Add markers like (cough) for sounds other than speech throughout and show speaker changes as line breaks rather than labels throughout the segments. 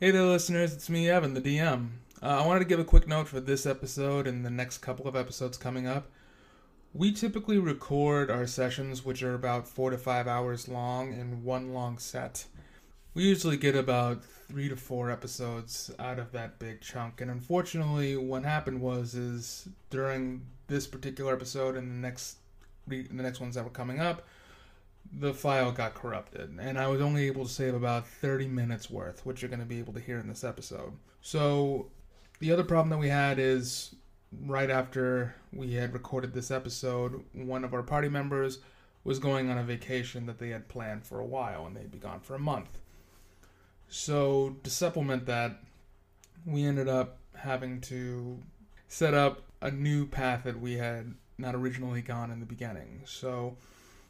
Hey there, listeners. It's me, Evan, the DM. Uh, I wanted to give a quick note for this episode and the next couple of episodes coming up. We typically record our sessions, which are about four to five hours long, in one long set. We usually get about three to four episodes out of that big chunk, and unfortunately, what happened was is during this particular episode and the next the next ones that were coming up, the file got corrupted, and I was only able to save about 30 minutes worth, which you're going to be able to hear in this episode. So, the other problem that we had is right after we had recorded this episode, one of our party members was going on a vacation that they had planned for a while, and they'd be gone for a month. So, to supplement that, we ended up having to set up a new path that we had not originally gone in the beginning. So,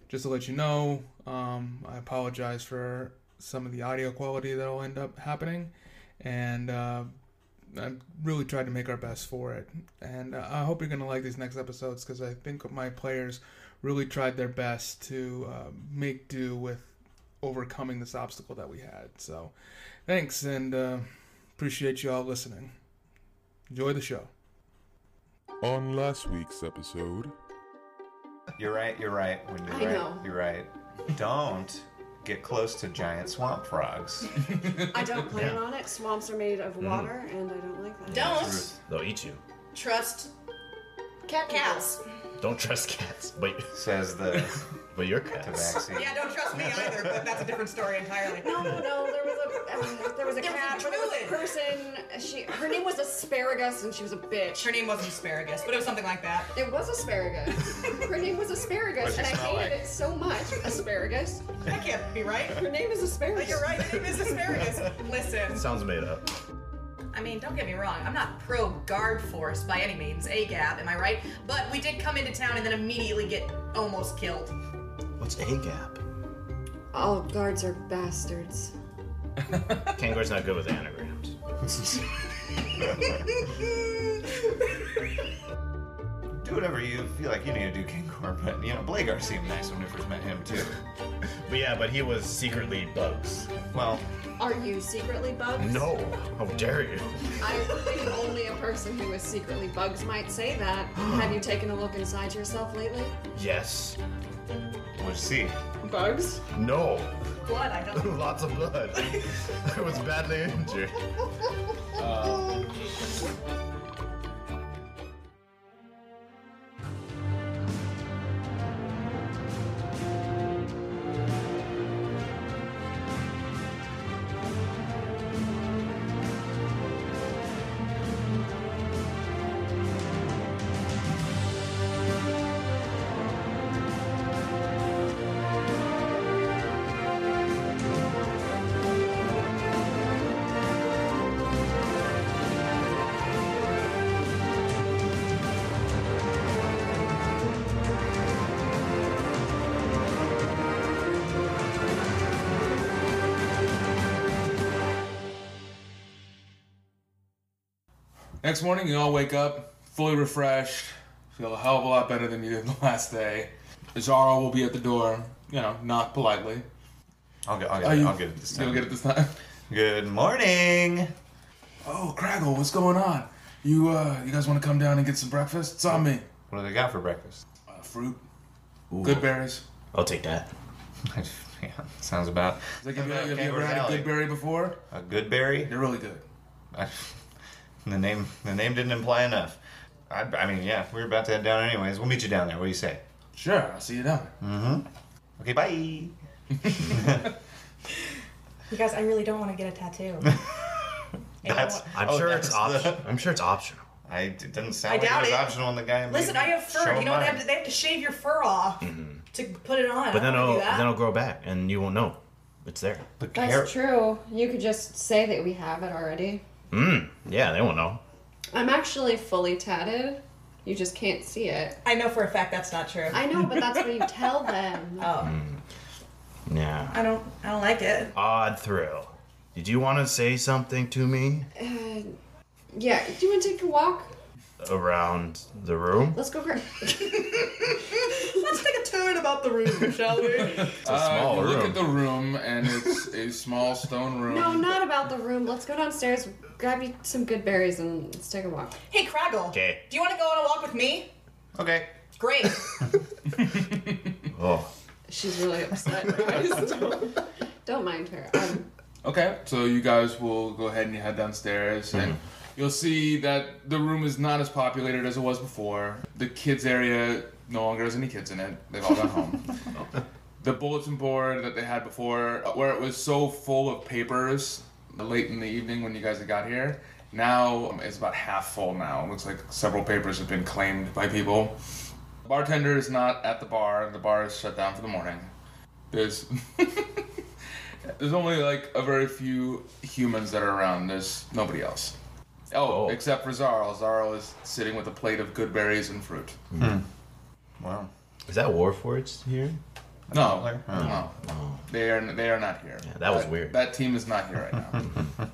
just to let you know, um, I apologize for some of the audio quality that'll end up happening, and uh, I really tried to make our best for it. And uh, I hope you're gonna like these next episodes because I think my players really tried their best to uh, make do with overcoming this obstacle that we had. So, thanks and uh, appreciate you all listening. Enjoy the show.
On last week's episode,
You're right. You're right. When you're
I
right,
know.
you're right. Don't get close to giant swamp
(laughs)
frogs.
I don't plan on it. Swamps are made
Mm-hmm.
of water, and I don't like that.
Don't
They'll eat you.
trust
Cat
cats.
Don't (laughs) trust cats, but
Says the
but your cats.
tabaxi.
Yeah, don't trust me either, but that's a different story entirely.
No, no, there was a um, there was a
There was a
cat, but there was a
druid.
person. She her name was Asparagus, and she was a bitch.
Her name wasn't asparagus, but it was something like that.
it was (laughs) asparagus. Her name was asparagus,
What'd
and I
she smell
hated
like?
it so much. Asparagus.
That can't be right.
Her name is asparagus.
But you're right, her name is asparagus. Listen,
Sounds made up.
I mean, don't get me wrong, I'm not pro guard force by any means, AGAB, am I right? But we did come into town and then immediately get almost killed.
What's a gap?
All guards are bastards.
Kangor's not good with anagrams.
Do whatever you feel like you need to do, King Corn. But you know, Blagar seemed nice when we first met him too.
But yeah, but he was secretly bugs.
Well,
Are you secretly bugs?
No, how dare you?
I think only a person who is secretly bugs might say
(gasps)
that. Have you taken a look inside yourself lately?
Yes.
we'll see.
Bugs?
No. (laughs)
Blood, I don't.
Lots of blood. (laughs) I was badly injured.
Next morning, you all wake up fully refreshed, feel a hell of a lot better than you did the last day. Zara will be at the door, you know, knock politely.
I'll get. I'll get,
Are
it.
you-
I'll get it this
You'll
time.
get it this time. (laughs)
Good morning.
Oh, Craggle, what's going on? You uh, you guys want to come down and get some breakfast? It's on me.
What do they got for breakfast? (laughs)
Uh, fruit, good berries.
I'll take that.
yeah, sounds about.
Is that- Have you,
Sounds
have
about
you ever
Kangaroo
had a
Alley.
good berry before?
A good berry.
They're really good.
I- (laughs) the name. The name didn't imply enough. I, I mean, yeah, we were about to head down anyways. We'll meet you down there. What do you say?
Sure, I'll see you down. there.
Okay, bye.
You guys, I really don't want to get a tattoo.
(laughs)
That's,
I'm
oh,
sure it's
that's the-
optional. I'm sure it's optional.
I it doesn't sound
I
like
doubt
it was
it.
optional on the guy.
Listen, I have fur. You know they have, to, they have to shave your fur off to put it on.
Mm-hmm. But then
I don't
it'll
wanna do that.
then it'll grow back, and you won't know. It's there.
But
That's
Car-
true. You could just say that we have it already.
Mmm. Yeah, they won't know.
I'm actually fully tatted. You just can't see it.
I know for a fact that's not true.
I know, but that's what (laughs) you tell them.
Yeah.
I don't. I don't like it.
Odd thrill.
Uh,
Did you want to say something to me?
Yeah, do you want to take a walk?
around the room.
Let's go grab.
(laughs) Let's take a turn about the room, shall we?
It's a small
Uh, you
room.
Look at the room, and it's a small stone room.
(laughs) no, not about the room. Let's go downstairs, grab you some good berries, and let's take a walk.
(laughs) hey, Craggle.
Okay.
Do you want to go on a walk with me?
Okay.
Great.
oh,
She's really (laughs) upset. guys. Don't mind her. Um,
Okay, so you guys will go ahead and you head downstairs, and you'll see that the room is not as populated as it was before. The kids area no longer has any kids in it; they've all gone home. the bulletin board that they had before, uh, where it was so full of papers late in the evening when you guys had got here, now um, it's about half full. Now it looks like several papers have been claimed by people. Bartender is not at the bar; the bar is shut down for the morning. There's there's only like a very few humans that are around. There's nobody else. Oh,
Oh.
except for Zarl. Zarl is sitting with a plate of good berries and fruit.
Hmm. Wow.
is that Warforged here?
No,
Like, Oh.
no, they are they are not here.
Yeah, that was weird.
That team is not here right
(laughs)
now.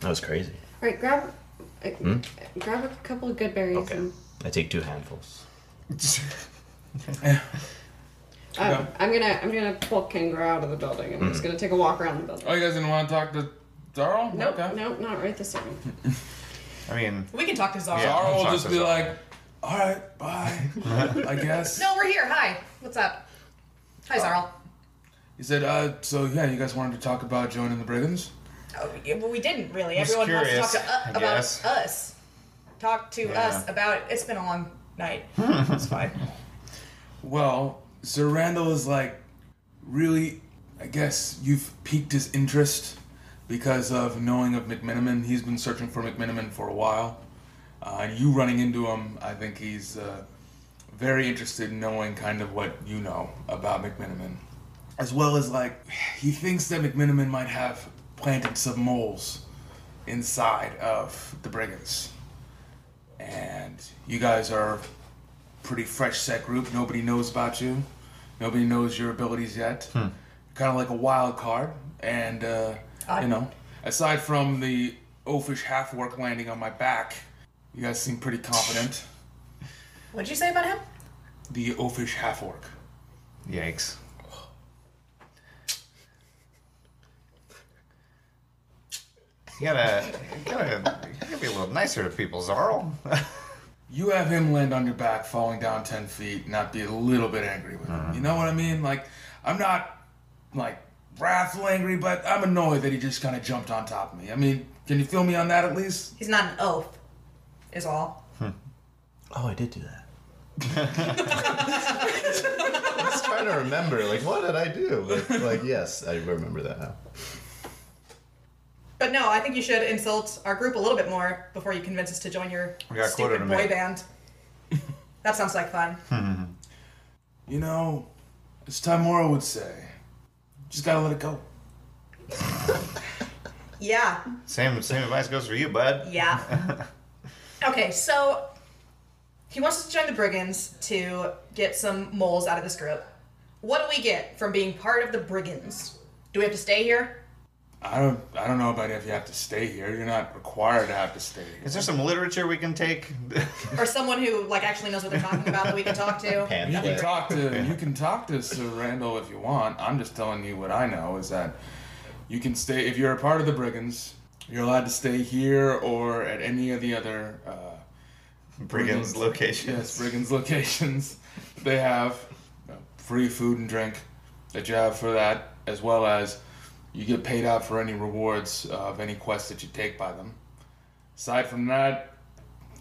That was crazy.
all right, grab, uh, grab a couple of good berries.
Okay,
And,
I take two handfuls.
um,
Yeah.
I'm gonna, I'm gonna pull Kangaroo out of the building, and I'm just gonna take a walk around the building.
oh, you guys didn't want to talk to Zarl?
Nope,
Okay.
nope, not right this second.
I mean,
we can talk to Zara.
Yeah.
Zarl will
Talk
just
to
be
Zarl.
like, "All right, bye.
(laughs)
I guess."
No, we're here. Hi. What's up?
Oh.
Hi, Zarl.
He said, "Uh, so yeah, you guys wanted to talk about joining the brigands?"
Oh, yeah, well, we didn't really.
was
Everyone wants to
curious,
talk
I
to uh, about
guess.
us. Talk to
Yeah.
us about it. It's been a long
(laughs)
night. it's fine.
Well, Sir Randall is like, really, I guess you've piqued his interest because of knowing of McMiniman. He's been searching for McMiniman for a while. Uh, and you running into him, I think he's uh, very interested in knowing kind of what you know about McMiniman. As well as, like, he thinks that McMiniman might have planted some moles inside of the brigands. And you guys are pretty fresh set group. Nobody knows about you. Nobody knows your abilities yet. Kind of like a wild card. And, uh, you know, aside from the oafish half work landing on my back, you guys seem pretty confident.
What'd you say about him?
The oafish half orc.
yikes. You gotta, you gotta, you gotta be a little nicer to people, Zarl. (laughs)
You have him land on your back, falling down 10 feet, not be a little bit angry with him. You know what I mean? Like, I'm not, like, wrathful angry, but I'm annoyed that he just kind of jumped on top of me. I mean, can you feel me on that at least?
He's not an oaf, is all.
Oh, I did do (laughs) that. I was trying to remember, like, what did I do? But, like, yes, I remember that now.
But no, I think you should insult our group a little bit more before you convince us to join your
We got quoted a
stupid boy
minute. (laughs)
band. that sounds like fun.
You know, as Timora would say, just gotta let it go.
Yeah,
Same, same advice goes for you, bud.
yeah. okay, so he wants us to join the brigands to get some moles out of this group. What do we get from being part of the brigands? Do we have to stay here?
I don't, I don't know about if you have to stay here. You're not required to have to stay here.
Is there some literature we can take? (laughs)
Or someone who like actually knows what they're talking about that we can talk to?
You
Hand
can
flare.
talk to, you can talk to Sir Randall if you want. I'm just telling you what I know is that you can stay if you're a part of the brigands. You're allowed to stay here or at any of the other uh,
Brigands location.
Yes, brigands locations. (laughs) They have you know, free food and drink that you have for that, as well as you get paid out for any rewards uh, of any quests that you take by them. Aside from that,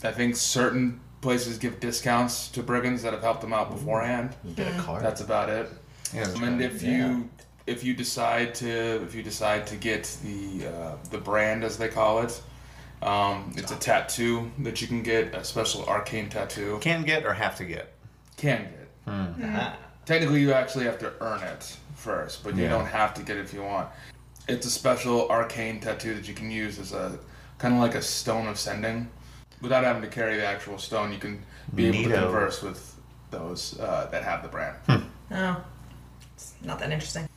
I think certain places give discounts to brigands that have helped them out beforehand.
You get a card.
That's about it.
Yeah, that's
Um, and
right.
if you if you decide to if you decide to get the uh, the brand as they call it, um, it's a tattoo that you can get a special arcane tattoo.
can get or have to get.
Can get.
Hmm.
Technically, you actually have to earn it first, but you
Yeah.
don't have to get it if you want. It's a special arcane tattoo that you can use as a kind of like a stone of sending, without having to carry the actual stone. You can be able to
Neato.
converse with those uh, that have the brand.
Oh, it's not that interesting.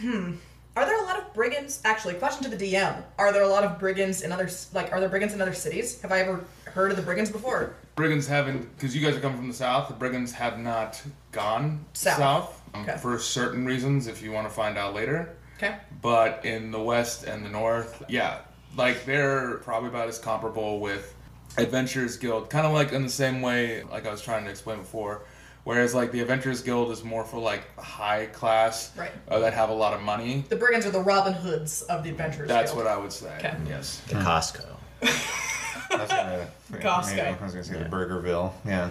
Hmm. Are there a lot of brigands? Actually, question to the DM: Are there a lot of brigands in other s- like Are there brigands in other cities? Have I ever heard of the brigands before?
Brigands haven't, because you guys are coming from the south. The brigands have not gone
South.
south um,
Okay.
for certain reasons. If you want to find out later,
Okay.
but in the west and the north, yeah, like they're probably about as comparable with Adventurers Guild, kind of like in the same way, like I was trying to explain before. Whereas like the Adventurers Guild is more for like high class
Right.
uh, that have a lot of money.
The brigands are the Robin Hoods of the Adventurers.
That's
Guild.
what I would say.
Okay.
(laughs)
Yes.
The Costco.
I was gonna, (laughs)
Costco.
yeah, I was gonna say the Burgerville. Yeah.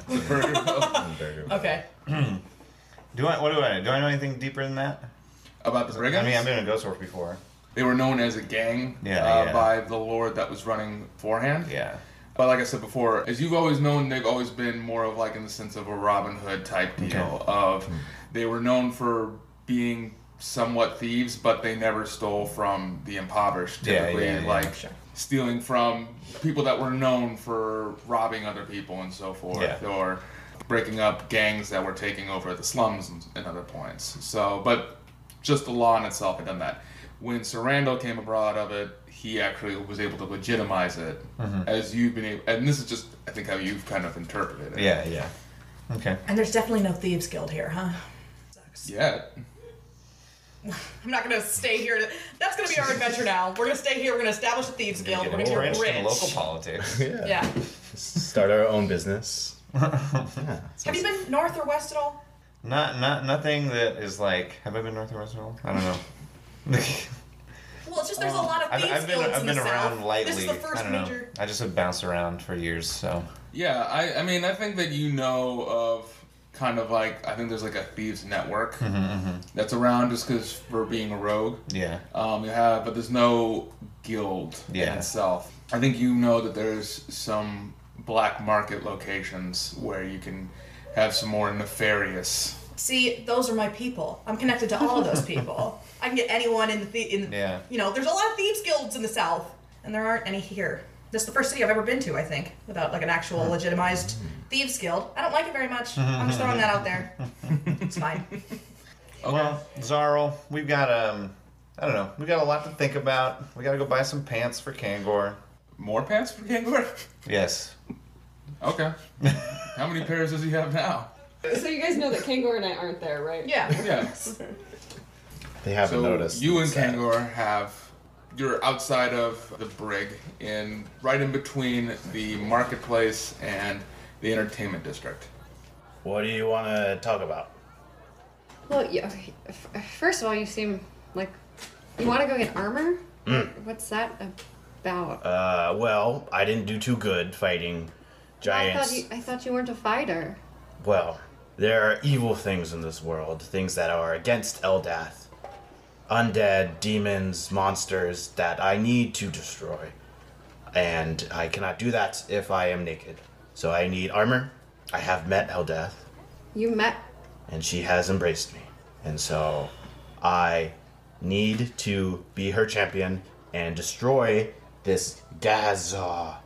Okay.
Do I? What do I? Do I know anything deeper than that?
About the brigands.
I mean, I've been in Ghost Horse before.
They were known as a gang
Yeah,
uh,
yeah.
by the lord that was running forehand.
Yeah.
But like I said before, as you've always known, they've always been more of like in the sense of a Robin Hood type deal
Okay. Hmm.
of they were known for being somewhat thieves, but they never stole from the impoverished.
Yeah, yeah,
Typically,
yeah.
like
Sure.
stealing from people that were known for robbing other people and so forth,
Yeah.
or breaking up gangs that were taking over the slums and, and other points. So, but just the law in itself had done that. When Sarandon came abroad of it, he actually was able to legitimize it
Mm-hmm.
as you've been able, and this is just, I think, how you've kind of interpreted it.
Yeah. Yeah. Okay.
And there's definitely no thieves guild here, huh?
Yeah.
I'm not gonna stay here. To, that's gonna be our adventure now. We're gonna stay here. We're gonna establish a thieves guild. We're
Get
gonna get
entrenched
rich.
in local politics.
Yeah.
Yeah.
Start our own business. yeah.
Have you been north or west at all?
(laughs) Not, not, nothing that is like. Have I been north or west at all? I don't know. (laughs)
Well, it's just there's a lot of
Oh, I've,
thieves
I've been,
guilds
I've
in
been
the
around
south.
lightly.
This is the first
I don't know.
major.
I just have bounced around for years, so
Yeah, I, I mean, I think that you know of kind of like, I think there's like a thieves network
Mm-hmm,
that's around just because for being a rogue.
yeah.
Um, you have, but there's no guild
Yeah.
in itself. I think you know that there's some black market locations where you can have some more nefarious.
See, those are my people. I'm connected to all of those people. I can get anyone in the, the in
Yeah.
you know. There's a lot of thieves guilds in the south, and there aren't any here. This is the first city I've ever been to, I think, without like an actual
Hmm.
legitimized thieves guild. I don't like it very much. I'm just throwing that out there. It's fine.
Well, Zarl, we've got um, I don't know, we've got a lot to think about. We got to go buy some pants for Kangor.
More pants for Kangor?
Yes.
Okay. How many pairs does he have now?
(laughs) So you guys know that Kangor and I aren't there, right?
Yeah.
Yeah.
They haven't
So
noticed.
you and
It's sad.
Kangor have you're outside of the brig in right in between the marketplace and the entertainment district.
What do you want to talk about?
Well, yeah. okay. F- First of all, you seem like you want to go get armor. What's that about?
Uh, well, I didn't do too good fighting
I
giants.
thought you, I thought you weren't a fighter.
Well, there are evil things in this world, things that are against Eldath. Undead, demons, monsters that I need to destroy. And I cannot do that if I am naked. So I need armor. I have met Eldath,
You met.
and she has embraced me. And so I need to be her champion and destroy this Gaza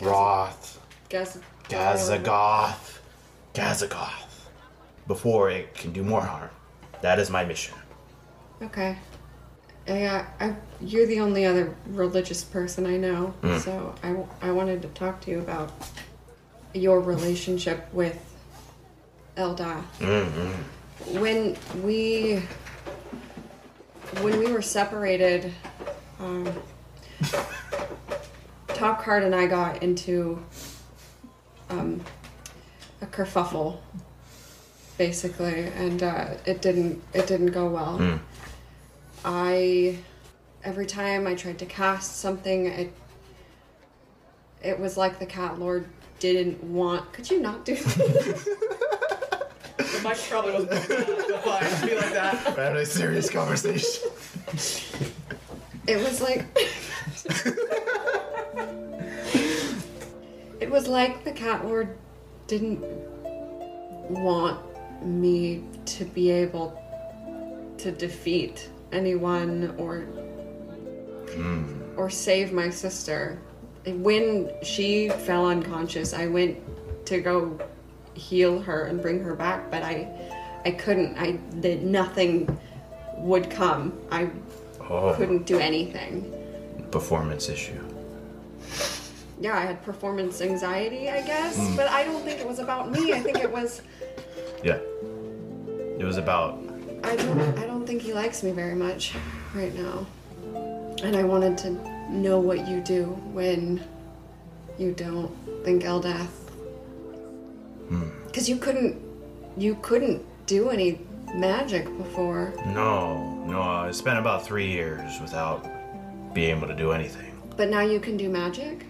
Roth.
Gaz-
Gazagoth. Gazagoth. Before it can do more harm. That is my mission.
Okay. Yeah, I, you're the only other religious person I know, so I, w- I wanted to talk to you about your relationship with Eldath. When we when we were separated, um, Topcard and I got into um, a kerfuffle, basically, and uh, it didn't it didn't go well. I every time I tried to cast something, it it was like the cat lord didn't want. Could you not do that?
Mike probably wasn't to be like that.
We're having a serious conversation.
it was like it was like the cat lord didn't want me to be able to defeat anyone or or save my sister when she fell unconscious i went to go heal her and bring her back but i i couldn't i did nothing would come. I
Oh,
couldn't do anything.
performance issue.
Yeah, I had performance anxiety, I guess, but I don't think it was about me. I think it was
Yeah. It was about.
I don't I don't think he likes me very much right now. And I wanted to know what you do when you don't think Eldath. Cause you couldn't you couldn't do any magic before.
No, no, I spent about three years without being able to do anything.
But now you can do magic?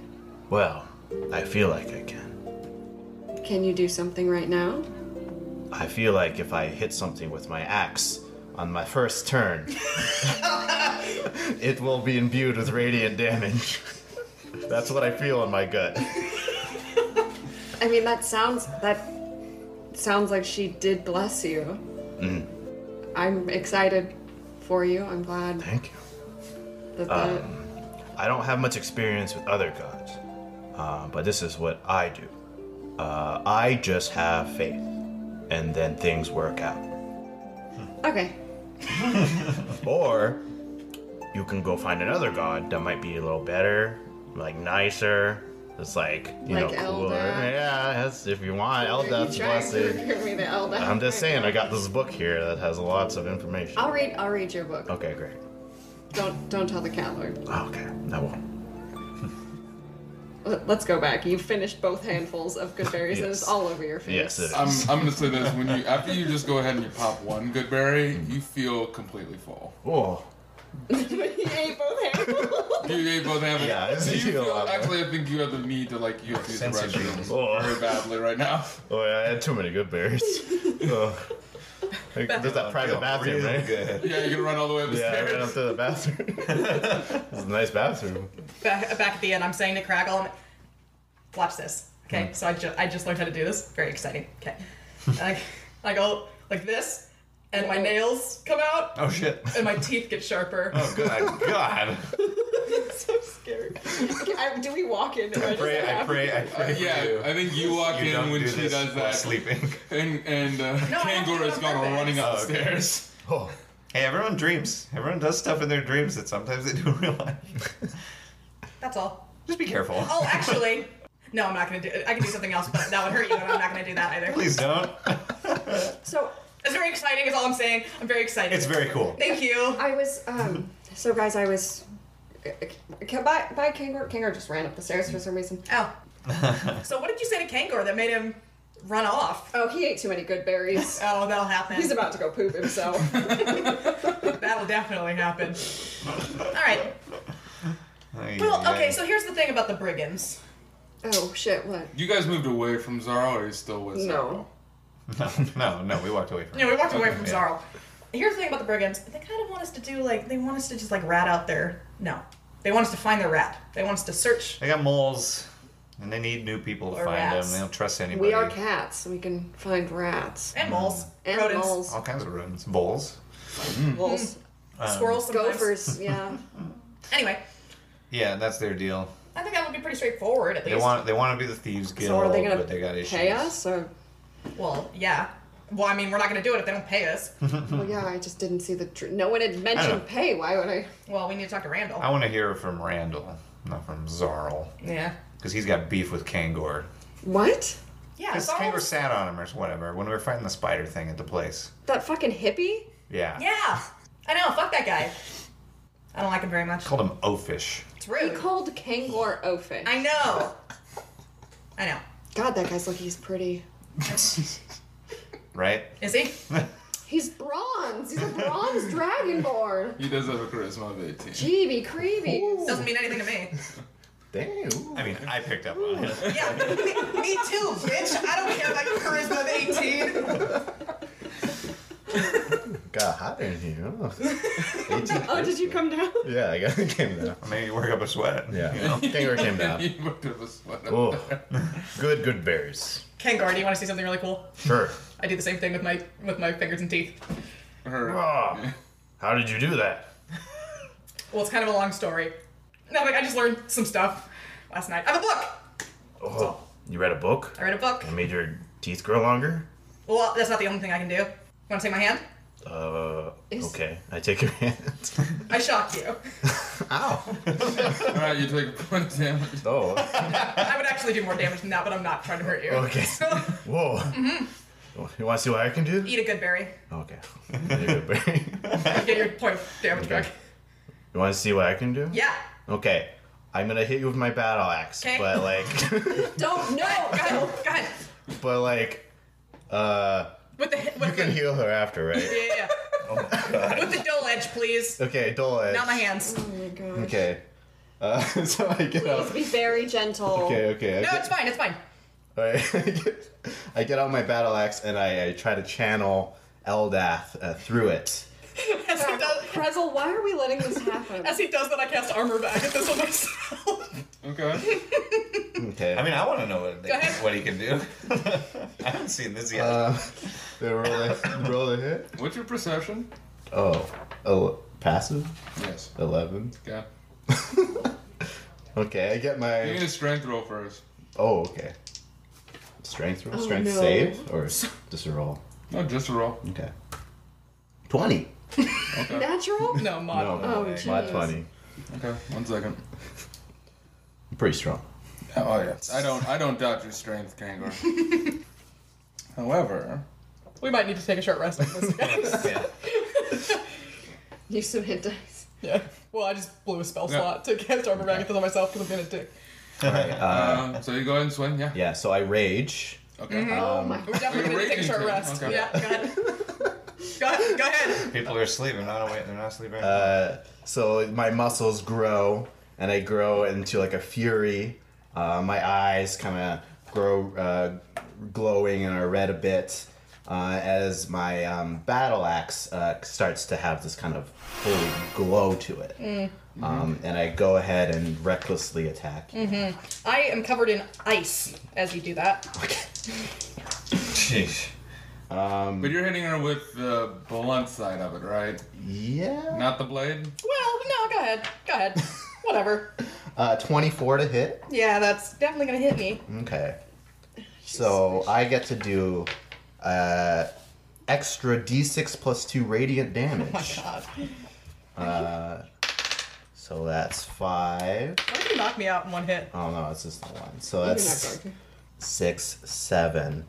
Well, I feel like I can.
Can you do something right now?
I feel like if I hit something with my axe on my first (laughs) turn, it will be imbued with radiant damage. That's what I feel in my gut.
I mean that sounds that sounds like she did bless you.
Mm.
I'm excited for you. I'm glad
Thank you.
that the
Um, I don't have much experience with other gods, uh, but this is what I do. Uh, I just have faith, and then things work out.
Okay.
Or you can go find another god that might be a little better, like nicer. It's like you
Like
know, cooler.
Eldath.
Yeah, that's, if you want, Eldath's
You tried to
blessed.
give me the Eldath.
I'm just saying, I got this book here that has lots of information.
I'll read. I'll read your book.
Okay, great.
Don't don't tell the cat lord.
Okay, I won't.
Let- Let's go back. You finished both handfuls of good berries, and it's
Yes.
all over your face. (laughs)
Yes, it is.
I'm, I'm gonna say this when you after you just go ahead and you pop one good berry,
Mm-hmm.
you feel completely full.
Whoa.
you ate both handfuls. (laughs)
You ate both of them.
Yeah, I
So you
feel a
feel-
lot more.
actually I think you have the need to like you have to use the
Sensory
restroom
Oh.
very badly right
(laughs)
now.
Oh, yeah, I had too many good (laughs) berries. Ugh. Like, There's that private bathroom,
Real
right?
good.
Yeah, you can run all the way up the
Yeah, I ran
stairs.
up to the bathroom. (laughs) it's a nice bathroom.
Back, back at the end, I'm saying to Craggle, I'm, watch this. Okay,
Mm-hmm.
so I, ju- I just learned how to do this. Very exciting.
(laughs)
Okay. And I, I go like this, and my nails come out,
Oh shit.
and my teeth get sharper.
Oh god, God.
so scared. I, do we walk in?
I pray, I pray, I pray. for
yeah,
you.
I think you walk
You
in
don't
when
do
she
this
does
while
that,
Sleeping.
and and uh,
I have to do
Kangor
it
is
on
gone
purpose.
running
Oh,
up
okay.
the stairs.
Oh,
Hey, everyone dreams. Everyone does stuff in their dreams that sometimes they do (laughs) in real life.
That's all.
Just be careful.
Oh, actually, (laughs) no, I'm not gonna do. I can do something else, but that would hurt you, and I'm not gonna do that either.
(laughs) Please don't.
So
It's very exciting. Is all I'm saying. I'm very excited.
It's very cool. (laughs)
Thank you.
I was. Um. So guys, I was. Can, by by Kangor. Kangor just ran up the stairs for some reason.
Oh. so what did you say to Kangor that made him run off?
Oh, he ate too many good
(laughs)
berries. Uh,
Oh, that'll happen.
He's about to go poop
(laughs)
himself.
That'll definitely happen. All right.
Ay,
Well,
ay,
okay.
ay.
So here's the thing about the brigands.
oh shit! What?
You guys moved away from Zaro, or are you still with
No.
No, no, no, we walked away from
You know,
it.
we walked away from
yeah.
Zarl. Here's the thing about the brigands. They kind of want us to do like they want us to just like rat out their no. They want us to find their rat. They want us to search.
They got moles, and they need new people to
Or
find
rats.
them. They don't trust anybody.
We are cats. We can find rats.
And moles,
And
rodents,
moles.
All kinds of rodents. Voles. Hmm.
Wolves.
Mm. Um,
squirrels, Hmm. sometimes.
Gophers, yeah.
Anyway,
Yeah, that's their deal.
I think that would be pretty straightforward at
They
least.
want they want to be the thieves
(laughs)
guild,
So are they gonna
but they got issues.
pay us? Or
Well, yeah. Well, I mean, we're not going to do it if they don't pay
(laughs)
us.
well, yeah, I just didn't see the. Tr- no one had
I
mentioned
know.
pay. Why would I?
well, we need to talk to Randall.
I want to hear from Randall, not from Zarl,
yeah.
because he's got beef with Kangor.
What?
Yeah.
Because
Zarl-
Kangor sat on him or whatever when we were fighting the spider thing at the place.
That fucking hippie?
Yeah.
yeah. I know. Fuck that guy. I don't like him very much.
Called him Ofish.
It's
He
rude.
called Kangor Ophid.
I know. I know.
God, that guy's lucky. He's pretty.
Right?
Is he?
He's bronze. He's a bronze
(laughs)
dragonborn.
He does have a charisma of 18.
Jeeby creepy.
Doesn't mean anything to me.
damn.
I mean, I picked up on it.
Yeah. (laughs) Me, me too, bitch. I don't care about your charisma of 18.
Got hot in here. (laughs) huh?
Oh, did you come down?
yeah, I got came down.
Maybe you work up a sweat. (laughs)
Yeah,
You know?
Kangaroo came down.
He worked up a sweat. up
Oh,
there.
good, good berries.
Kangor, do you want to see something really cool?
Sure.
I do the same thing with my with my fingers and teeth.
Her-
Ah, how did you do that?
Well, it's kind of a long story. No, like I just learned some stuff last night. I have a book.
Oh, you read a book?
I read a book.
It made your teeth grow longer?
Well, that's not the only thing I can do. Want to take my hand?
Uh,
Is-
okay. I take your (laughs) hand.
I shocked you.
Ow.
(laughs) All right, you take a point of damage.
Oh.
I would actually do more damage than that, but I'm not trying to hurt you.
Okay.
(laughs) So,
Whoa. Oh, You want to see what I can do?
eat a good berry.
Okay. You're a berry.
Get your point of damage
Okay.
back.
You want to see what I can do?
Yeah.
Okay. I'm gonna hit you with my battle axe,
Okay.
but
(laughs)
like, (laughs)
Don't (laughs)
Go
no.
ahead. Go ahead.
but like, uh,
With the with
you can
the,
heal her after, right?
yeah, (laughs) yeah. With the dull edge, please.
Okay, dull edge.
Not my hands.
Oh my gosh.
Okay. Uh, (laughs) so I get
Please
out.
be very gentle.
Okay, okay. I
No,
get-
it's fine. It's fine.
All right. I (laughs) get- I get out my battle axe and I, I try to channel Eldath uh, through it.
(laughs) As he does,
Krezel, why are we letting this happen?
as he does that, I cast armor, but I hit this one myself. (laughs)
Okay.
Okay.
I mean, I want to know what,
Go ahead.
what he can do. (laughs) I haven't seen this yet.
(laughs) uh, they roll a, (laughs) roll a hit.
What's your perception?
Oh, el- passive
Yes.
eleven.
Okay.
Okay, I get
You need
my.
a strength roll first.
Oh, okay. Strength roll,
Oh,
strength
no.
save, or just a roll.
No, just a roll.
Okay. Twenty.
Okay.
Natural?
No, mod.
No,
Oh,
my
jeez.
twenty.
Okay. One second.
I'm pretty strong.
Oh yeah. I don't. I don't doubt your strength, Kangor. However,
We might need to take a short rest. after this, guys.
(laughs) Yeah.
Use some hit dice.
yeah. Well, I just blew a spell
Yeah.
slot to cast armor back on myself because I'm gonna dick.
um, so you go ahead and swing. Yeah.
Yeah. So I rage.
Okay.
Um,
oh my
We're definitely
We're
gonna take a
raking
short
too.
rest.
Okay.
Yeah. Go ahead. (laughs) Go ahead. Go ahead.
People are sleeping. I don't wait. They're not sleeping.
Uh, so my muscles grow, and I grow into like a fury. Uh, my eyes kind of grow uh, glowing and are red a bit uh, as my um, battle axe uh, starts to have this kind of holy glow to it. Um, and I go ahead and recklessly attack.
I am covered in ice as you do that.
Sheesh.
Um,
But you're hitting her with the blunt side of it, right?
(laughs) yeah,
Not the blade.
Well, no. Go ahead. Go ahead. Whatever.
uh, twenty-four to hit.
Yeah, that's definitely gonna hit me.
Okay. So I get to do uh, extra d6 plus 2 radiant damage.
Oh God.
Uh, so that's 5.
Why did you knock me out in one hit?
Oh no, it's just the 1. So
You're not (laughs)
that's
broken.
6, 7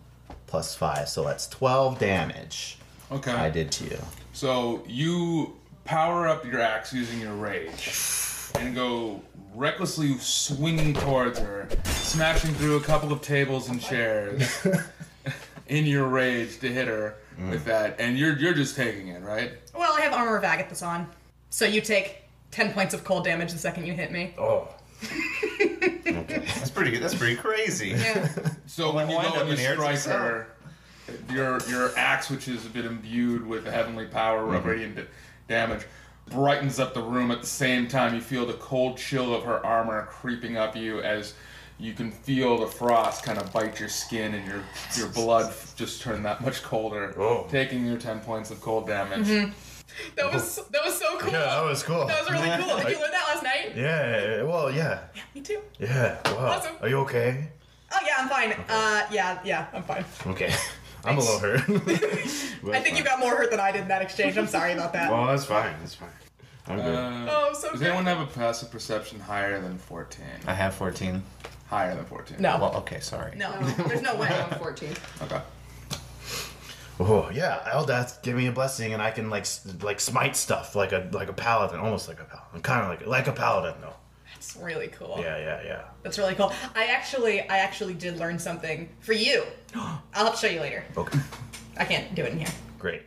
plus 5. So that's 12 damage
Okay.
I did to you.
So you power up your axe using your rage and go recklessly swinging towards her, smashing through a couple of tables and chairs in your rage to hit her with that. And you're you're just taking it, right?
Well, I have armor of agathis on, so you take ten points of cold damage the second you hit me.
Oh.
That's pretty good. That's pretty crazy.
So when you
wind
go and
up
you
in here,
strike
it's like
her, your your axe, which has been imbued with the heavenly power
Mm-hmm.
of radiant da- damage, brightens up the room. At the same time, you feel the cold chill of her armor creeping up you as you can feel the frost kind of bite your skin and your your blood just turn that much colder,
Oh.
taking your ten points of cold damage.
That was that was so cool.
was cool.
That was really cool. Did you learn that last night?
Yeah, well, yeah.
Me too.
Yeah, wow.
Awesome.
Are you okay?
Oh yeah, I'm fine. Uh, yeah, yeah, I'm fine.
Okay. (laughs) I'm a little hurt. (laughs)
I think you got more hurt than I did in that exchange. I'm sorry about that.
Well, that's fine. That's fine. I'm good.
Uh,
oh, I'm so
does
good.
anyone have a passive perception higher than fourteen?
I have 14.
Higher than fourteen.
No,
Well, okay, sorry.
no, there's no way.
I'm 14.
Okay.
Oh yeah, Eldath give me a blessing, and I can like s- like smite stuff like a like a paladin, almost like a paladin, kind of like like a paladin though.
That's really cool.
Yeah, yeah, yeah.
That's really cool. I actually, I actually did learn something for you. I'll have to show you later.
Okay,
I can't do it in here.
great.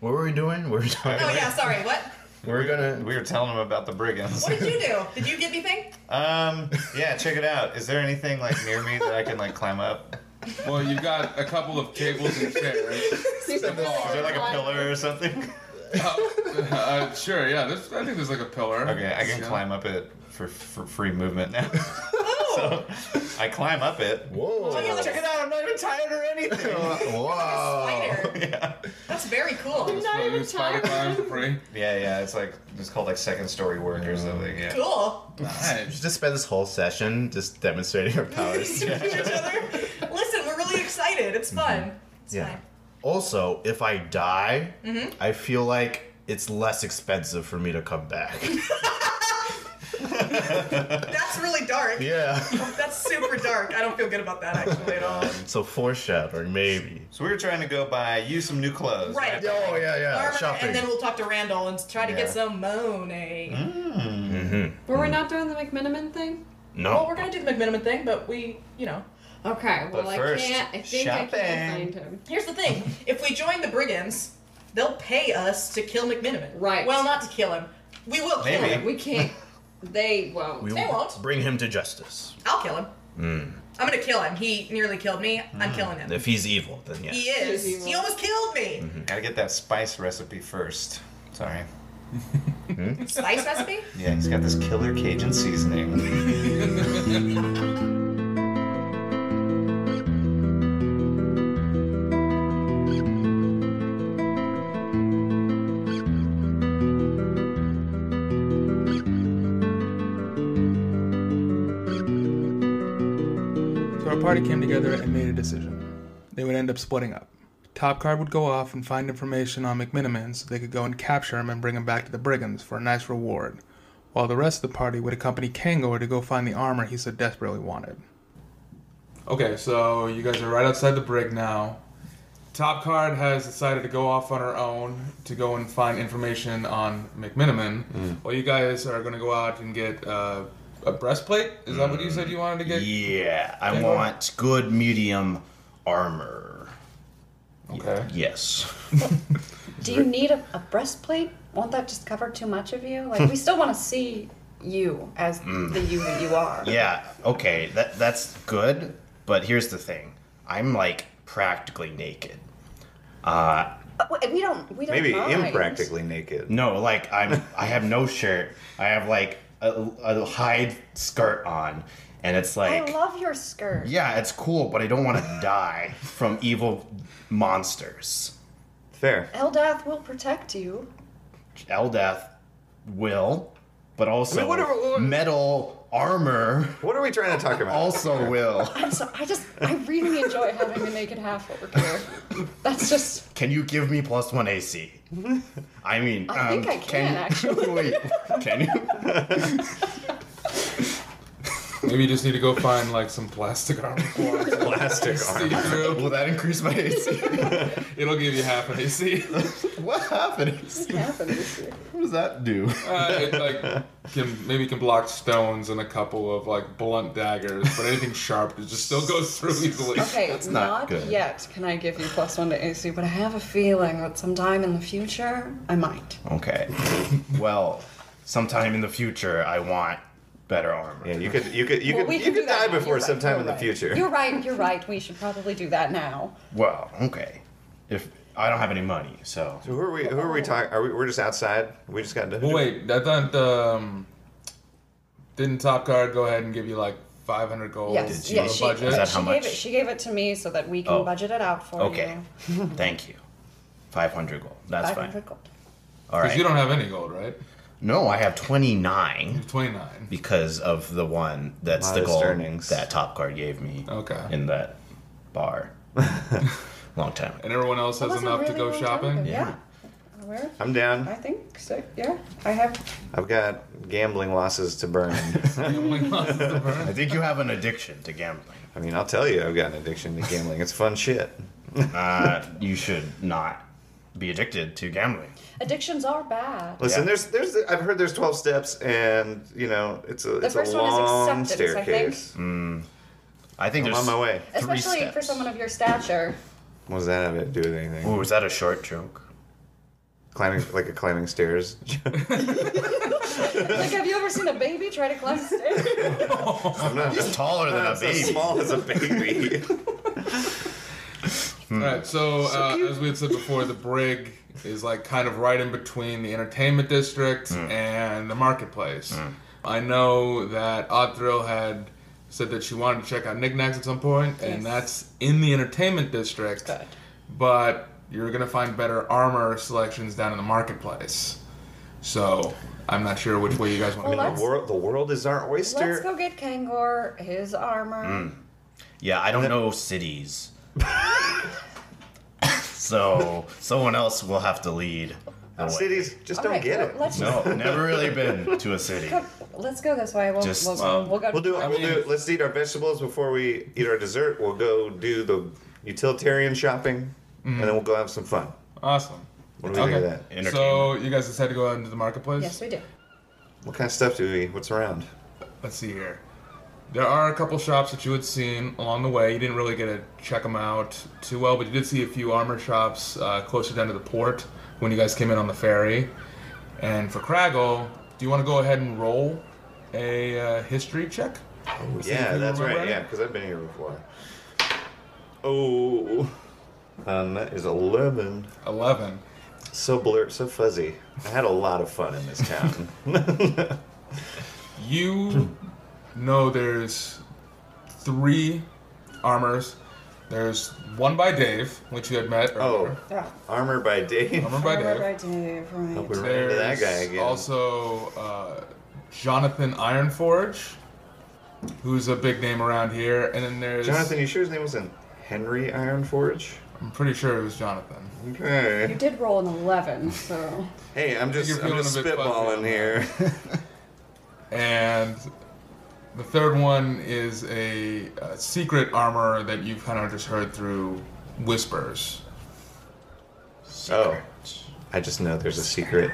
What were we doing? (laughs) We We're talking.
Oh yeah, sorry. What?
we We're gonna.
We were telling him about the brigands.
What did you do? Did you get anything?
Um, yeah, check it out. Is there anything like near me that I can like climb up?
Well, you've got a couple of tables and chairs.
Is there like a pillar or something?
uh, sure, yeah. There's, I think there's like a pillar.
Okay, I can
Yeah.
climb up it for, for free movement now. (laughs) so I climb up it.
Oh,
Whoa!
Check it out! Oh! I'm not even tired or anything.
Wow! (laughs)
Spider.
yeah,
That's very cool.
So you spider climb for free.
(laughs) yeah, yeah. It's like it's called like second story work or something. Yeah.
Cool.
(laughs) We
Nice.
just spend this whole session just (laughs)
(laughs)
demonstrating our powers.
Each other. Listen, we're really excited. It's fun. It's
Mm-hmm. Yeah.
fine.
Also, if I die, I feel like it's less expensive for me to come (laughs) back.
That's really dark.
yeah.
That's super dark. I don't feel good about that actually at all.
So foreshadowing, maybe.
So we were trying to go buy you some new clothes.
Right.
Oh yeah, yeah.
Armor,
Shopping. Mm-hmm.
and then we'll talk to Randall and try to get
Yeah.
some money.
Were we not doing the McMiniman thing?
no.
Well, we're gonna do the McMiniman thing, but we, you know,
Okay, well
But
I
first,
can't. I think I
shopping.
can't find him.
here's the
(laughs)
thing: if we join the brigands, they'll pay us to kill McMiniman.
Right.
Well, not to kill him. We will kill
Maybe.
him.
We can't. They won't.
we
They won't.
bring him to justice.
I'll kill him.
Hmm.
I'm gonna kill him. He nearly killed me. I'm killing him.
If he's evil, then yeah.
He is.
He's evil.
He almost killed me.
Gotta get that spice recipe first. Sorry.
Spice recipe?
Yeah, he's got this killer Cajun seasoning.
So our party came together and made a decision. They would end up splitting up. Top Card would go off and find information on McMiniman so they could go and capture him and bring him back to the brigands for a nice reward, while the rest of the party would accompany Kangor to go find the armor he so desperately wanted. Okay, so you guys are right outside the brig now. Top Card has decided to go off on her own to go and find information on McMiniman, while you guys are going to go out and get uh, a breastplate. Is that what you said you wanted to get?
Yeah, I want good medium armor.
Okay.
Yes.
Do you need a, a breastplate? Won't that just cover too much of you?
(laughs)
Like we still want to see you as the
Mm.
you that you are.
Yeah, okay, that that's good, but here's the thing. I'm like practically naked. Uh
But We we don't. We don't.
Maybe
mind.
impractically naked.
no, like I'm I have no shirt. I have like a, a hide skirt on and it's
I
like
love your skirt.
yeah, it's cool, but I don't want to die from evil monsters.
Fair.
Eldath will protect you.
Eldath will, but also
I mean, what are- what-
metal armor
What are we trying to talk about?
also will.
I'm so, I just. I really enjoy having a naked half orc here. That's just.
Can you give me plus one
(laughs)
AC? I mean,
I
um,
think I can, actually.
(laughs) Wait, can you?
Maybe you just need to go find like some plastic armor.
plastic
(laughs) See through.
Will that increase
(laughs)
my AC?
It'll give you half an AC.
what happens?
happened this year.
What does that do?
Uh, it like can maybe can block stones and a couple of like blunt daggers, but anything sharp it just still goes through easily.
Okay,
not
not,
good.
yet can I give you plus one to AC, but I have a feeling that sometime in the future I might.
Okay. Well, sometime in the future, I want better armor.
Yeah, you could you could you
Well,
could
we
you
can
could
do that.
die before
You're right,
sometime
you're
in the
right.
future.
You're right. You're right. We should probably do that now.
Well, okay. If I don't have any money, so
So (laughs) who are we who are we talking are we we're just outside? We just got done.
Well, wait, I thought um, didn't Top Guard go ahead and give you like 500 gold
Yes.
for
Yeah,
a
she,
Oh, budget?
Is that
she
how
gave
much?
it. She gave it to me so that we can
Oh.
budget it out for
okay.
you. (laughs)
Thank you. Five hundred gold. That's
Five
fine.
hundred gold.
All
Because
right.
you don't have any gold, right?
No, I have twenty nine.
You're 29.
because of the one that's the
Modest
goal
earnings.
that Top Card gave me.
Okay.
In that
(laughs)
bar. Long time. ago.
And everyone else has
That was a
enough to
really
go
long time
shopping?
ago. Yeah. Where?
I'm
I
down.
think so. Yeah. I have.
I've got gambling losses to
(laughs)
burn.
Oh
I think you have an addiction to gambling.
I mean, I'll tell you, I've got an addiction to gambling. It's fun shit.
Uh, you should not be addicted to gambling.
Addictions are bad.
Listen,
Yeah.
there's there's I've heard there's 12 steps and, you know, it's a it's
first
a
one is
long
acceptance, I think.
staircase.
I think
I'm
there's
on my way.
three
Especially for
steps.
someone of your stature.
What does that have to do with anything?
Ooh, is that a short joke?
Climbing like a climbing stairs. (laughs)
Like, have you ever seen a baby try to climb stairs?
I'm not
He's taller than
I'm
a
so
baby.
small as a
(laughs)
baby.
Alright, so, uh, as we had said before, the brig is like kind of right in between the entertainment district
Hmm.
and the marketplace. I know that Odd Thrill had said that she wanted to check out knickknacks at some point, and
Yes.
that's in the entertainment district.
Good.
But you're gonna find better armor selections down in the marketplace. So I'm not sure which way you guys want
Well,
to go.
let's-
the world the world is our oyster.
Let's go get Kangor his armor.
Yeah, I don't know cities. (laughs) so someone else will have to lead. the way.
Cities just don't
Alright,
get
well,
it.
Let's
No, never really been to
(laughs)
a city.
let's go this way. We'll
Just,
we'll,
um,
we'll go.
We'll do it. We'll do it. Let's eat our vegetables before we eat our dessert. We'll go do the utilitarian shopping, and then we'll go have some fun.
Mm-hmm. Awesome.
What do we think
Okay.
of that?
So
Entertainment.
you guys decide to go out into the marketplace.
Yes, we do.
What kind of stuff do we eat? What's around?
Let's see here. There are a couple shops that you had seen along the way. You didn't really get to check them out too well, but you did see a few armor shops uh, closer down to the port when you guys came in on the ferry. And for Craggle, do you want to go ahead and roll a uh, history check?
yeah,
you
that's
remember
right.
it.
Yeah, because I've been here before. Oh, um, that is eleven.
11.
So blurred, so fuzzy. I had a lot of fun in this
(laughs)
town.
You know there's three armors. There's one by Dave, which you had met.
oh,
earlier.
Yeah.
armor by Dave.
armor by Dave.
Right, Dave,
(laughs)
right.
Hope we ran into
There's
that guy again.
also uh, Jonathan Ironforge, who's a big name around here, and then there's
Jonathan, you sure his name wasn't Henry Ironforge?
I'm pretty sure it was Jonathan.
You
Okay.
did roll an 11, so.
Hey, I'm just,
you're
I'm
feeling
just
a bit fuzzy
spitballing
on
here.
And the third one is a, uh secret armor that you've kind of just heard through whispers.
(laughs) oh, I just know there's a secret.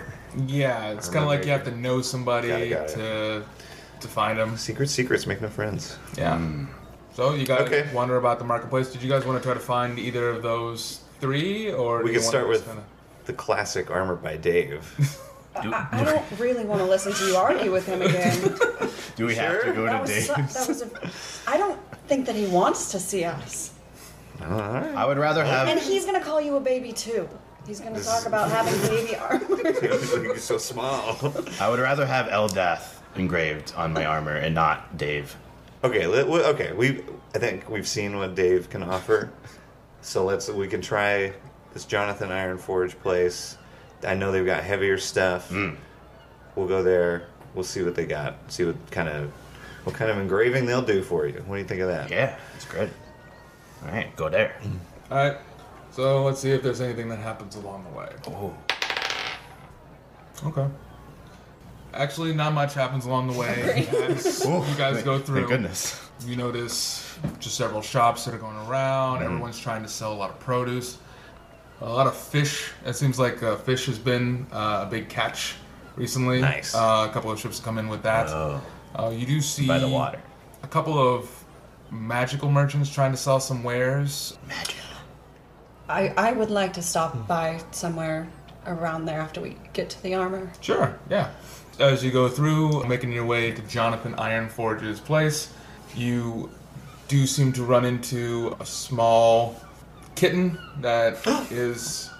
Yeah, it's kind of like you have to know somebody
Got it, got it.
to to find them. Hmm.
Secret secrets make no friends.
Yeah. So you guys
Okay.
wander about the marketplace. Did you guys want to try to find either of those three, or do
We
you
could
wanna
start
just
with
kinda-
the classic armor by
(laughs)
Dave. (laughs)
I, I don't really want to listen to you argue with
(laughs)
him again.
Do we have to go
That
to
was,
Dave's?
su- that was a, I don't think that he wants to see us.
All right.
I would
(laughs)
rather
And
have.
he's going to call you a baby, too. He's going to
This
talk
is-
about having baby armor.
You're so small. (laughs)
I would rather have Eldath engraved on my armor and not Dave.
Okay, let, we, okay. We I think we've seen what Dave can offer, so let's we can try this Jonathan Ironforge place. I know they've got heavier stuff.
Hmm.
We'll go there. We'll see what they got. See what kind of what kind of engraving they'll do for you. What do you think of that?
Yeah, that's good. All right, go there.
All right. So let's see if there's anything that happens along the way.
Oh,
Okay. Actually, not much happens along the
(laughs)
way. As you guys go through.
Thank goodness.
(laughs) You notice just several shops that are going around.
Mm-hmm.
Everyone's trying to sell a lot of produce, a lot of fish. It seems like uh, fish has been uh, a big catch recently.
Nice.
Uh, a couple of ships come in with that.
Oh,
Uh, you do see
by the water.
a couple of magical merchants trying to sell some wares.
(laughs) I, I would like to stop by somewhere around there after we get to the armor.
Sure, yeah. As you go through, making your way to Jonathan Ironforge's place, you do seem to run into a small kitten
(gasps)
that is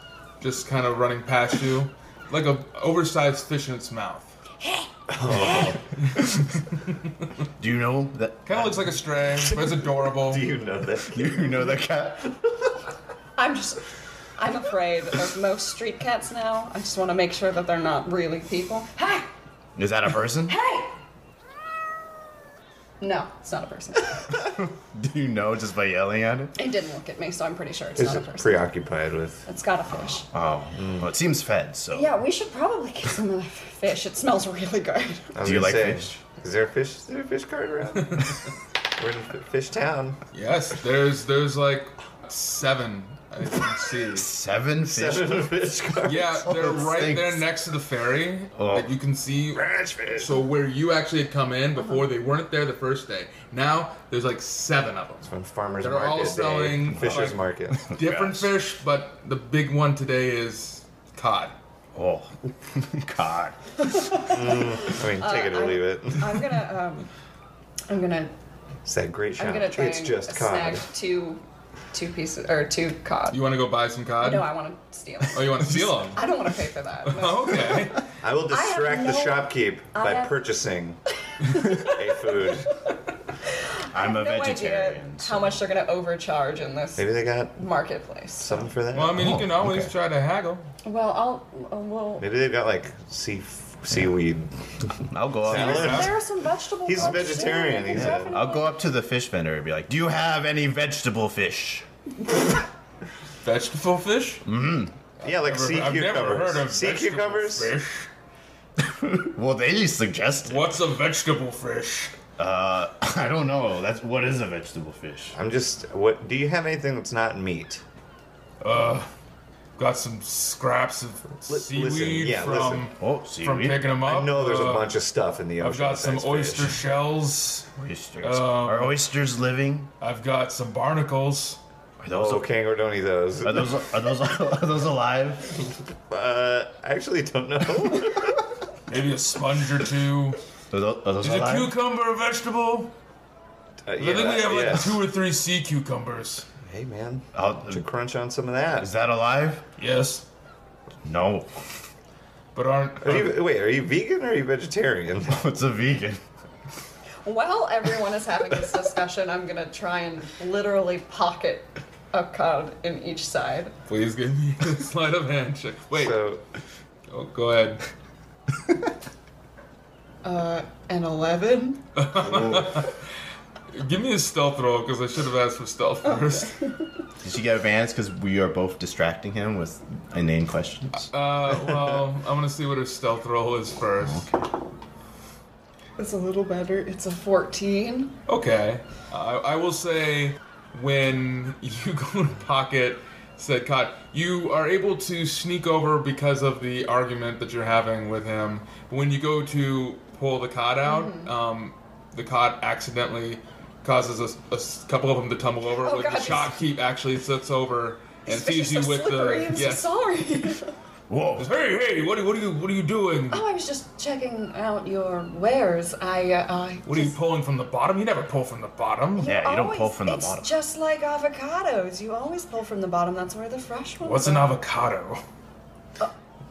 just kind of running past you, like a oversized fish in its mouth.
Do you know that? (laughs)
Kind of looks like a stray, but it's adorable.
Do (laughs) you know that?
You know that cat?
I'm just. I'm afraid of most street cats now. I just want to make sure that they're not really people.
Hey!
Is that a person?
Hey!
No, it's not a person.
(laughs) Do you know just by yelling at it?
It didn't look at me, so I'm pretty sure it's
Is
not a
it
person.
preoccupied with?
it's got a fish.
Oh, well, it seems fed. So
Yeah, we should probably get some of the fish. It smells really good.
I was
Do you
gonna
like
say,
fish?
Is there a fish? Is there a fish cart
(laughs)
around? We're in f- Fish Town.
Yes, there's there's like seven I can
(laughs)
see.
seven fish.
Seven fish carts. (laughs)
Yeah, they're
It
right there
stinks.
next to the ferry
Oh.
that you can see
Fresh fish.
So where you actually had come in
Uh-huh.
before, they weren't there the first day. Now there's like seven of them.
From farmers
They're
market.
all
day,
selling, uh,
Fisher's
like-
market.
Different fish, but the big one today is cod.
Oh, (laughs) God.
I
(laughs)
mean, take it or
I-
leave it.
Uh, I'm gonna, um, I'm gonna,
It's that great shot.
I'm gonna try
it's
and
just
snag
cod.
two, two pieces or two cod.
You want to go buy some cod?
no, I want to steal.
Oh, you want to steal
(laughs)
them?
I don't want to pay
(laughs)
for that. No.
okay.
I will
have
distract the
no-
shopkeep
I
by
have- (laughs)
purchasing a food.
I'm
no
a vegetarian.
idea
so-
how much they're gonna overcharge in this
Maybe they got
marketplace.
something for that.
Well, I mean, you
Oh,
can always
okay.
try to haggle.
Well, I'll, uh, well,
Maybe they've got like sea seaweed.
I'll go up.
Salad?
there are some vegetables.
He's a
up there.
vegetarian, he's a-
Definitely-
I'll go up to the fish vendor and be like, "Do you have any vegetable fish?"
Vegetable fish?
Yeah, like sea
I've
cucumbers.
never heard of
sea
vegetable
cucumbers.
Fish.
Well, they suggest it.
What's a vegetable fish?
Uh, I don't know. That's what is a vegetable fish.
I'm just. What do you have anything that's not meat?
Got some scraps of
Li-
seaweed
listen, yeah,
from
listen.
Oh,
from
seaweed.
picking them up.
I know there's
Uh,
a bunch of stuff in the ocean.
I've got some
besides
oyster
fish.
shells.
oysters.
Um,
Are oysters living?
I've got some barnacles.
Are those
Oh, kangaroo don't eat those.
Are those are those (laughs) are those alive?
Uh, I actually
(laughs)
don't know. Uh,
Maybe a sponge or two.
Are those, are
(laughs)
those
Is a
alive?
cucumber a vegetable?
Uh,
I think we have like
yeah.
two Uh, or three sea cucumbers.
Hey man,
Oh,
to crunch on some of
is
that.
that alive?
Yes,
No, (laughs)
but aren't.
Are you, wait, are you vegan or are you vegetarian?
it's a vegan.
While everyone is having
(laughs)
this discussion, I'm gonna try and literally pocket a card in each side.
Please give me (laughs) a sleight of hand check. Wait,
So
oh, go ahead.
Uh, an 11?
Give me a stealth roll because I should have asked for
(laughs)
stealth first.
Did she get advanced because we are both distracting him with inane questions?
Uh, well, I'm gonna see what her stealth roll is first.
It's a little better. It's a 14.
Okay. I, I will say when (laughs) you go to pocket said cot, you are able to sneak over because of the argument that you're having with him. But when you go to pull the cot out,
Mm-hmm.
um, the cot accidentally causes a, a s- couple of them to tumble over.
Oh,
like
God,
the
it's-
shopkeep actually sits over and feeds you
so
with
slippery.
the
I'm
yes.
so sorry. (laughs)
Whoa!
Hey, hey, what are, what are you what are you doing?
oh, I was just checking out your wares. I, uh, I
What are you
just-
pulling from the bottom? You never pull from the bottom.
Yeah, you don't
always-
pull from the
it's
bottom.
just like avocados. You always pull from the bottom. That's where the fresh ones
What's
are.
an avocado?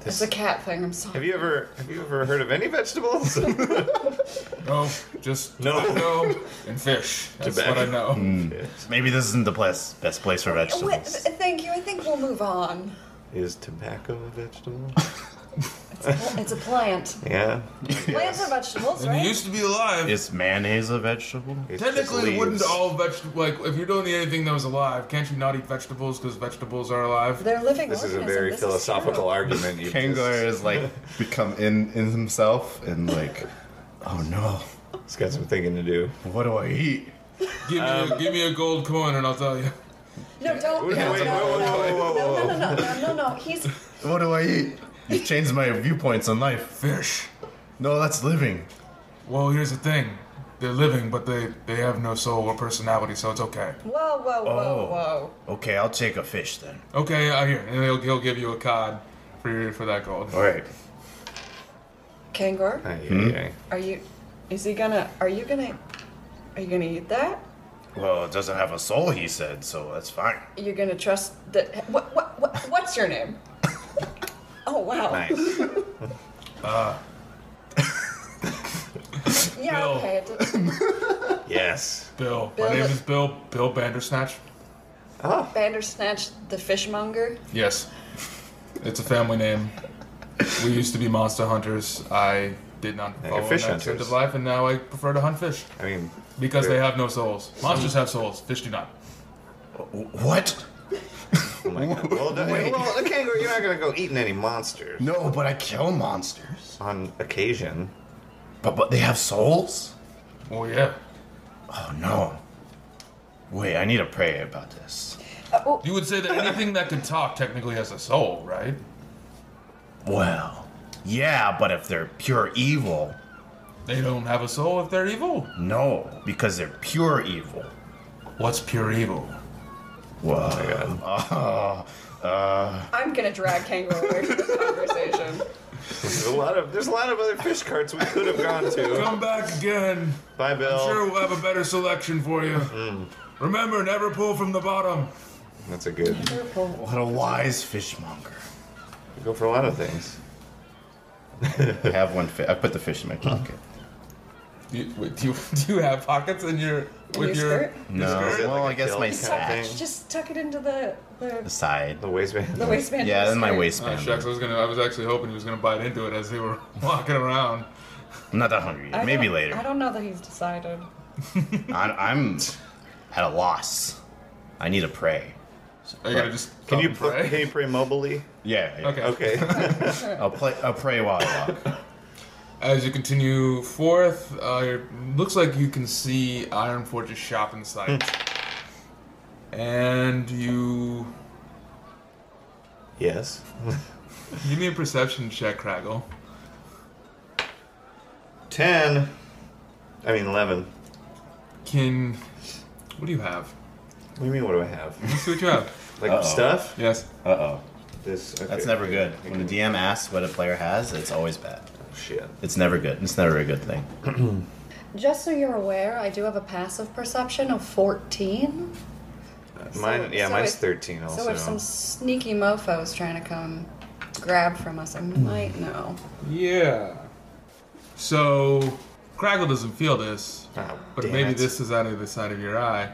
It's a cat thing. I'm sorry.
have you ever have you ever heard of
(laughs)
any vegetables?
No, just
No.
tobacco and
(laughs)
fish. That's what I know.
Tobacco. Mm.
Maybe this isn't the place, best place for
Oh, wait,
vegetables.
th- thank you. I think we'll move on.
Is tobacco a vegetable?
It's a, pl- it's a
(laughs)
plant.
Yeah.
Plants are vegetables,
And
right?
it used to be alive.
Is mayonnaise a vegetable?
It's just
Technically,
leaves.
wouldn't all vegetables like if you don't eat anything that was alive? Can't you not eat vegetables because vegetables are alive?
They're living
This is a
organisms.
very
This is
philosophical
true.
argument. You
Kangar is (laughs) like become in in himself and like, oh no,
It's got some thinking to do.
what do I eat?
Give me,
Um,
a, give me a gold coin and I'll tell you.
No, don't.
Wait,
no,
wait,
no,
whoa,
no,
whoa, whoa, whoa,
no,
whoa.
no, no, no, no, no, no. He's
What do I eat? You changed my viewpoints on life.
Fish.
No, that's living.
Well, here's the thing. They're living, but they they have no soul or personality, so it's okay.
whoa, whoa,
Oh.
whoa, whoa.
Okay, I'll take a fish then.
Okay, I hear. And he'll, he'll give you a cod for your, for that gold.
All right.
Kangor,
Ay, ay, ay.
are you? Is he gonna? Are you gonna? Are you gonna eat that?
Well, it doesn't have a soul, he said, so that's fine.
You're gonna trust that? What? What? what what's your
(laughs)
name? Oh wow.
Hmm?
Nice.
Yeah.
Bill.
Okay. It did-
Yes.
Bill.
Bill
My name
the-
is Bill. Bill Bandersnatch.
Bandersnatch, the fishmonger.
Yes. It's a family name. We used to be monster hunters. I did not
you're
follow
fish
that
hunters.
sense of life, and now I prefer to hunt fish
I mean,
because they have no souls. Monsters have souls. Fish do not.
what?
oh my God. Well, no,
Wait.
well, a kangaroo, you're not gonna go eating any monsters
No, but I kill monsters.
on occasion.
But but they have souls?
Oh yeah.
Oh no. Wait, I need to pray about this.
Uh, oh.
You would say that anything that could talk technically has a soul, right?
Well, yeah, but if they're pure evil,
They don't have a soul if they're evil.
no, because they're pure evil.
What's pure evil?
Whoa. (laughs) Uh, uh,
I'm gonna drag Kangor away from this conversation.
There's a lot of there's a lot of other fish carts we could have gone to.
Come back again.
Bye, Bill.
Sure, we'll have a better selection for you.
Mm.
Remember, never pull from the bottom.
That's a good.
what a wise fishmonger.
We go for a lot of things.
I have one fish. I put the fish in my pocket.
Do you, wait, do you, (laughs) do you have pockets in your with
your
your
skirt?
No,
Is it
well,
like a
I guess
belt
my
kind of
sack.
thing?
Just tuck it into the
The
the,
side.
The waistband.
the waistband.
Yeah,
of the
in my
skirt.
Oh,
waistband.
shucks, I was gonna. I was actually hoping he was gonna bite into it as they were (laughs) walking around.
I'm not that hungry
I
yet. Maybe
don't-
later.
I don't know that he's decided.
I- I'm at a loss. I need to pray.
I gotta just.
Can you
fucking
pray? Can you pray mobily?
Yeah. yeah.
Okay.
Okay. (laughs)
I'll play. I'll pray while I (laughs) walk.
As you continue forth, uh, it looks like you can see Ironforge's shop in sight. and you.
yes.
Give me a perception check, Craggle.
Ten. I mean eleven.
Can. What do you have?
What do you mean? What do I have?
Let's see what you have.
(laughs) Like
Uh-oh.
stuff?
Yes.
Uh oh.
This. Okay.
That's never good. When the DM asks what a player has, it's always bad.
Oh, Shit.
It's never good. It's never a good thing.
Just so you're aware, I do have a passive perception of 14.
Mine. Yeah,
so
mine's
if-
thirteen. Also.
So if some sneaky mofo is trying to come grab from us, I might know.
Yeah. So, Craggle doesn't feel this,
Oh,
but
damn
maybe
it.
this is out of the side of your eye.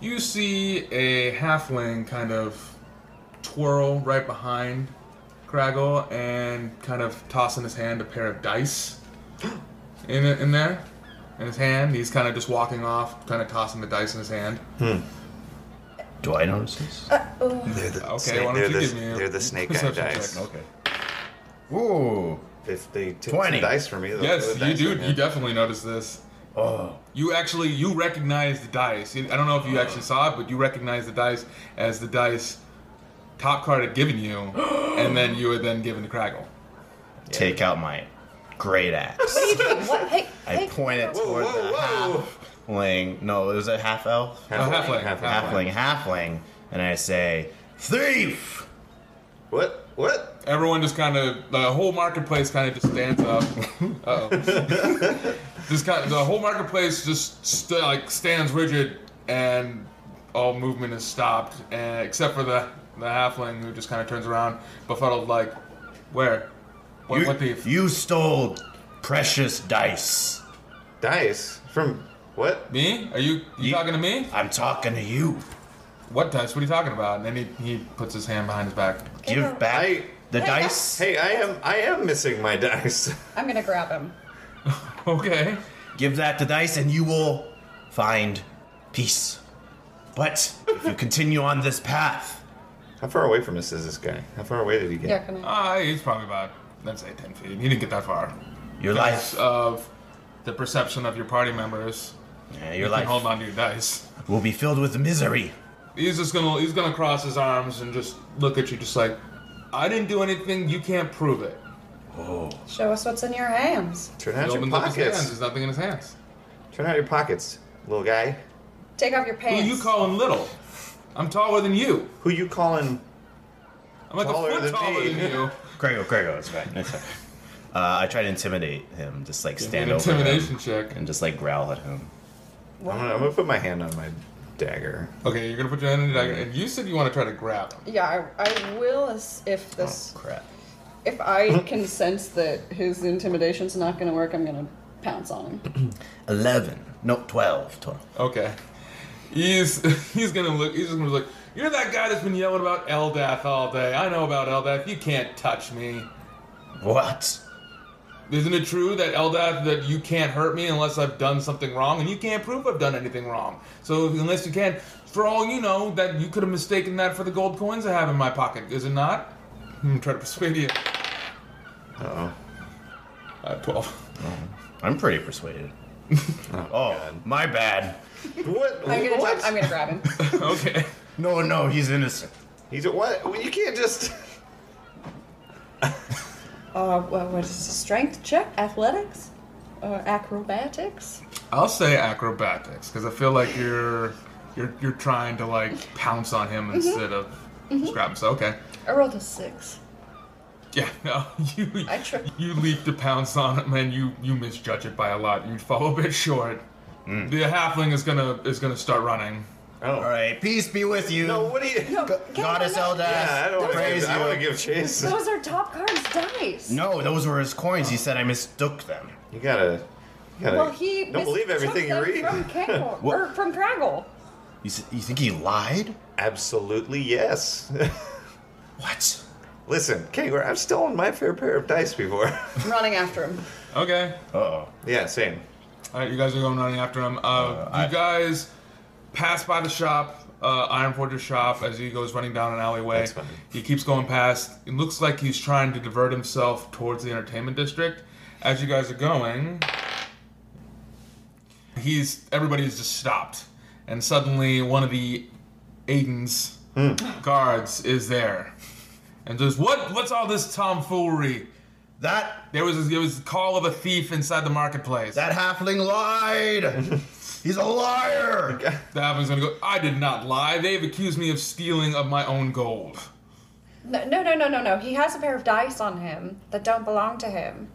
You see a halfling kind of twirl right behind Craggle and kind of toss in his hand a pair of
(gasps)
dice in, in there. In his hand, he's kind of just walking off, kind of tossing the dice in his hand.
Do I notice this?
Uh,
They're the
Okay,
snake-
why don't
they're
you
the,
give me a (laughs)
They're the snake eye
perception check.
dice.
Okay. Ooh.
If they took
20.
some dice from me, they'll throw
Yes,
the
you
dice
do.
in there.
You definitely notice this.
Oh.
You actually you recognize the dice. I don't know if you
Uh-huh.
actually saw it, but you recognize the dice as the dice top card had given
(gasps)
you, and then you had then given to Craggle.
Take out my great axe.
What are you doing? What? Hey,
I point it toward the
whoa,
halfling. No, it was a half elf.
Oh, halfling,
halfling.
Halfling, halfling, and I say, thief.
What? What?
Everyone just kind of the whole marketplace kind of just stands
(laughs)
up. Uh oh. just kind of, the whole marketplace just st- like stands rigid, and all movement is stopped, and, except for the the halfling who just kind of turns around, befuddled, like, where? What,
you,
what thief?
you stole precious dice.
Dice from what?
me? Are you you
Ye-
talking to me?
I'm talking to you.
What dice? What are you talking about? And then he, he puts his hand behind his back.
Give back
I-
the dice.
Hey, I am. I am missing my (laughs) dice.
I'm gonna grab him.
Okay.
Give that the dice, and you will find peace. But if you continue on this path,
How far away from us is this guy? How far away did he get?
Yeah, can I?
Uh, he's probably about, let's say, 10 feet. He didn't get that far.
your
Because
life,
of the perception of your party members,
yeah, your
you can hold
life
on to your dice.
will be filled with misery.
He's just gonna he's gonna cross his arms and just look at you, just like, I didn't do anything. You can't prove it.
Show us what's in your hands.
Turn
He
out your
opens up his hands.
pockets.
There's nothing in his hands.
Turn out your pockets, little guy.
Take off your
Who
pants.
you calling little? I'm taller than you.
Who you calling?
I'm like
Taller
a foot
than
taller
me.
than
(laughs)
you.
Grego, Grego, it's fine. It's fine. Uh, I try to intimidate him, just like
An
stand over
intimidation
him
check.
and just like growl at him.
I'm gonna, I'm gonna put my hand on my dagger.
Okay, you're gonna put your hand in the dagger, and you said you want to try to grab him.
Yeah, I, I will as if this.
Crap.
If I can sense that his intimidation's not gonna work, I'm gonna pounce on him.
11. No, 12 total.
Okay. He's (laughs) he's gonna look. He's just gonna look. You're that guy that's been yelling about Eldath all day. I know about Eldath. You can't touch me.
What?
Isn't it true that Eldath that you can't hurt me unless I've done something wrong, and you can't prove I've done anything wrong. So if- unless you can, for all you know, that you could have mistaken that for the gold coins I have in my pocket, is it not? (laughs) I'm gonna try to persuade you.
(laughs)
Oh,
Uh, Twelve.
I'm
(laughs)
pretty persuaded. oh, my bad.
what?
I'm gonna,
what?
jump- I'm gonna grab him.
okay.
No, no, he's innocent.
He's a what? Well, you can't just. (laughs)
Uh, what, what is this? Strength check? Athletics? Uh, acrobatics?
I'll say acrobatics because I feel like you're you're you're trying to like pounce on him instead of just grab him. So okay.
I rolled a six.
Yeah, (laughs) no, you
I tripped.
you leap to pounce on him and you you misjudge it by a lot. You fall a bit short. The halfling is gonna is gonna start running.
All right, peace be with you.
Oh. No, what do you? (laughs)
G- Goddess Eldath,
yeah, I don't want to.
praise
Give, I want to
you.
give chase.
Those are top cards dice.
No, those were his coins. He said I mistook them.
You gotta. You gotta
Well, he
don't believe
mistook
everything you
them
read.
From
(laughs)
Kangol,
What?
or from Craggle.
You, s- you think he lied?
Absolutely yes. (laughs)
What?
Listen, Kangor, I've stolen my fair pair of dice before. (laughs)
I'm running after him.
Okay,
Uh oh.
yeah, same. Uh,
all right, you guys are going running after him. Uh,
I-
you guys pass by the shop uh, Ironforge's shop as he goes running down an alleyway.
That's funny.
He keeps going past. It looks like he's trying to divert himself towards the entertainment district. As you guys are going, he's everybody's just stopped, and suddenly one of the Aiden's
Hmm.
guards is there, and says, "What? What's all this tomfoolery?"
That
There was there was a call of a thief inside the marketplace.
that halfling
(laughs)
lied. He's a liar.
That one's gonna go. I did not lie. They've accused me of stealing of my own gold.
No, no, no, no, no, no. He has a pair of dice on him that don't belong to him.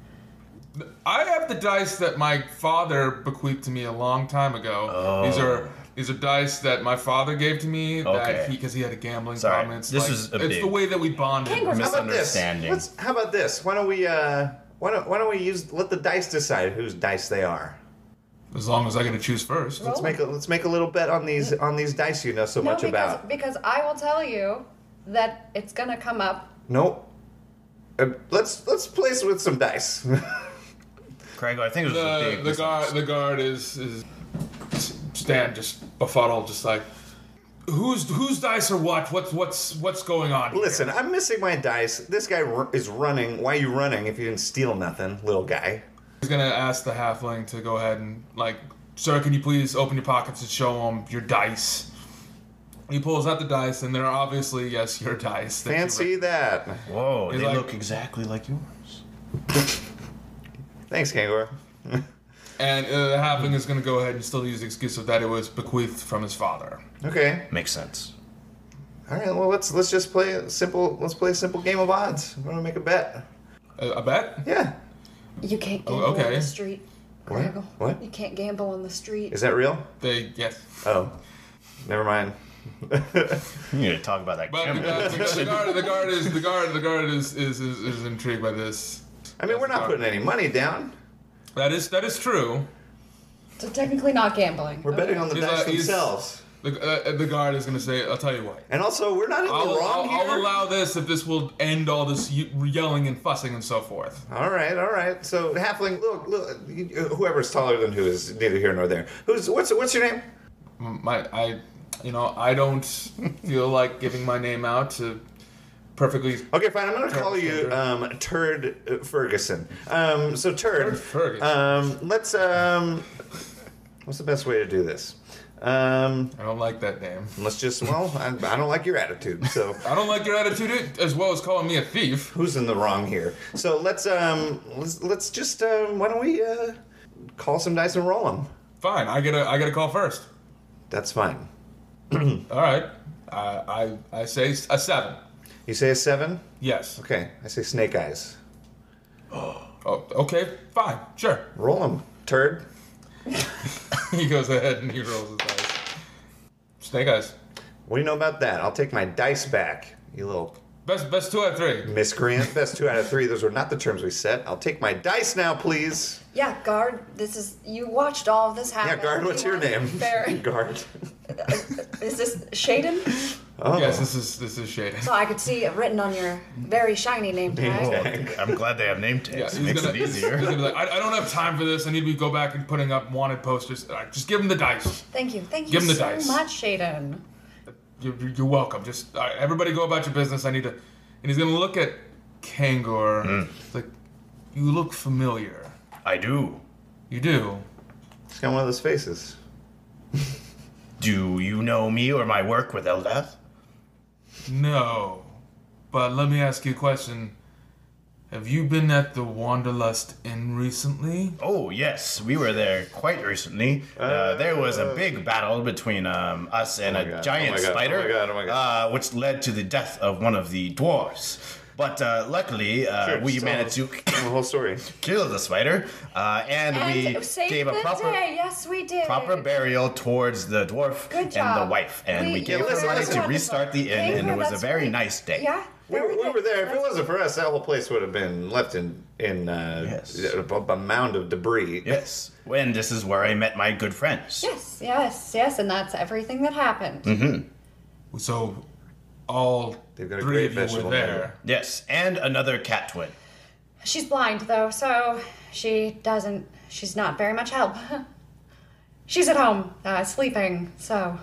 I have the dice that my father bequeathed to me a long time ago. These are these are dice that my father gave to me
Oh. Okay.
that he because he had a gambling
Sorry,
problem. It's
this
like-
is a
it's
big-
the way that we bonded.
Penguin-
How about this?
Misunderstanding.
Let's, how about this? Why don't we? Uh, why don't Why don't we use let the dice decide whose dice they are?
As long as I get to choose first.
Let's make a Let's make a little bet on these on these dice you know so much
no, because,
about.
because I will tell you that it's gonna come up.
Nope. Uh, let's Let's place with some dice. (laughs)
Craig, I think it was a
The,
big
the guard the guard is is stand just befuddled, just like whose whose dice are what? What's what's what's going on? here?"
Listen, I'm missing my dice. This guy r- is running. Why you running if you didn't steal nothing, little guy?
He's gonna ask the halfling to go ahead and like, sir, can you please open your pockets and show him your dice? He pulls out the dice, and they're obviously yes, your dice. that you
Fancy
wrote.
that.
Whoa,
He's
they
like-
look exactly like yours.
Thanks, Kangor.
And uh, the halfling is gonna go ahead and still use the excuse of that it was bequeathed from his father.
Okay.
Makes sense.
All right. Well, let's let's just play a simple. Let's play a simple game of odds. I'm gonna make a bet.
Uh, A, a bet?
Yeah.
You can't
Oh,
gamble on
okay.
the street.
What?
Craggle.
What?
You can't gamble on the street.
Is that real?
They yes.
Oh, never mind.
You need to talk about that.
But the
camera. (laughs)
guard, the, guard- the guard, the guard is the guard, the guard is is, is, is intrigued by this.
I mean, we're not putting any money down.
That is that is true.
So technically not gambling.
We're betting on the
He's
dice
like- he's-
themselves.
The, uh, the guard is gonna say, "I'll tell you what."
And also, we're not in the
I'll,
wrong
I'll, I'll
here.
allow this if this will end all this ye- yelling and fussing and so forth.
all right, all right. So, halfling, look, look, you- whoever's taller than who is neither here nor there. Who's what's what's your name?
my I you know I don't (laughs) feel like giving my name out to perfectly
Okay, fine. I'm gonna call you
Turd.
um, Turd Ferguson. Um, so Turd,
Turd Ferguson.
Um, let's. Um, what's the best way to do this? Um,
I don't like that name.
let's just. Well, I, I don't like your attitude. So
I don't like your attitude it- as well as calling me a thief.
who's in the wrong here? So let's. Um, let's. Let's just. Um, why don't we uh, call some dice and roll them?
Fine, I get a I get a call first.
That's fine.
All right, I I, I say s- a seven.
You say a seven.
Yes.
Okay, I say snake eyes.
Oh, okay. Fine. Sure. (laughs)
Roll them, Turd.
He goes ahead and he rolls his eyes. Snake eyes.
What do you know about that? I'll take my dice back. You little
Best best two out of three.
Miscreant, best two out of three. Those were not the terms we set. I'll take my dice now, please.
Yeah, guard. This is you watched all of this happen.
Yeah, guard. What's
You
your
weren't
name? (laughs)
There.
Guard.
Is this Shaden?
Oh,
Yes, this is this is (laughs) shaded.
So I could see it written on your very shiny name
Whoa,
tag.
I'm glad they have name
Yeah,
tags.
he's
Makes
gonna,
it
he's (laughs) gonna
easier.
be like, I, I don't have time for this. I need to go back and putting up wanted posters. Uh, Just give him the dice.
Thank you, thank you
Give him the
so
dice.
much, Shaden.
You're, you're- you're welcome. Just all right, everybody go about your business. I need to. And he's gonna look at Kangor.
Hmm.
It's like, you look familiar.
I do.
You do.
He's got one of those faces.
Do you know me or my work with Eldath?
No, but let me ask you a question. Have you been at the Wanderlust Inn recently?
Oh yes, we were there quite recently. Uh, there was a big battle between um, us and
my
a
God,
giant
oh my God, oh my
spider,
God, oh my God.
Uh, which led to the death of one of the dwarves. But uh, luckily, uh,
Sure,
we
so-
managed to (coughs)
The whole story.
kill the spider, uh, and,
And
we
saved
gave
the
a proper
day. Yes, we did.
proper burial towards the dwarf
Good
and the
job.
wife, and we,
We-
gave
Yeah,
her
listen,
money
listen.
to restart the inn,
Thank
and
you,
it was a
that's
very
great.
nice day.
Yeah,
We,
very
we
good.
were there. If it
That's-
wasn't for us, that whole place would have been left in in uh,
Yes.
a, a mound of debris.
Yes, and this is where I met my good friends.
Yes, yes, yes, and that's everything that happened.
Mm-hmm.
So, all
They've got a
three
great
of you
vegetable
were there.
Yes, and another cat twin.
She's blind though, so she doesn't. (laughs) She's not very much help. she's at home uh, sleeping, so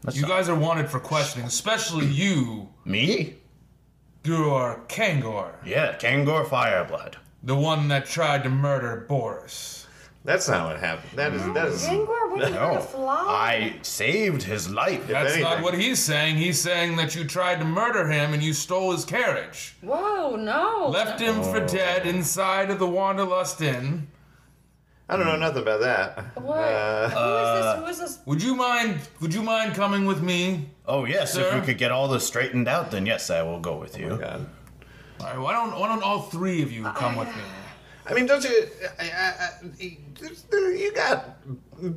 That's
You
not-
guys are wanted for questioning, especially you,
me?
Guror Kangor,
Yeah, Kangor Fireblood.
the one that tried to murder Boris.
That's not what happened. That is that is
Angor, we
No,
no. to fly.
I saved his life.
That's not
anything.
what he's saying. He's saying that you tried to murder him and you stole his carriage.
Whoa, no.
Left him
Oh.
for dead inside of the Wanderlust Inn.
I don't know nothing about that.
What?
Uh,
Who is this? Who is this?
Would you mind would you mind coming with me?
Oh yes, if
Sir?
we could get all this straightened out, then yes, I will go with you.
God.
Alright, why don't why don't all three of you come with me?
I mean, don't you? I, I, I, there's- there- you got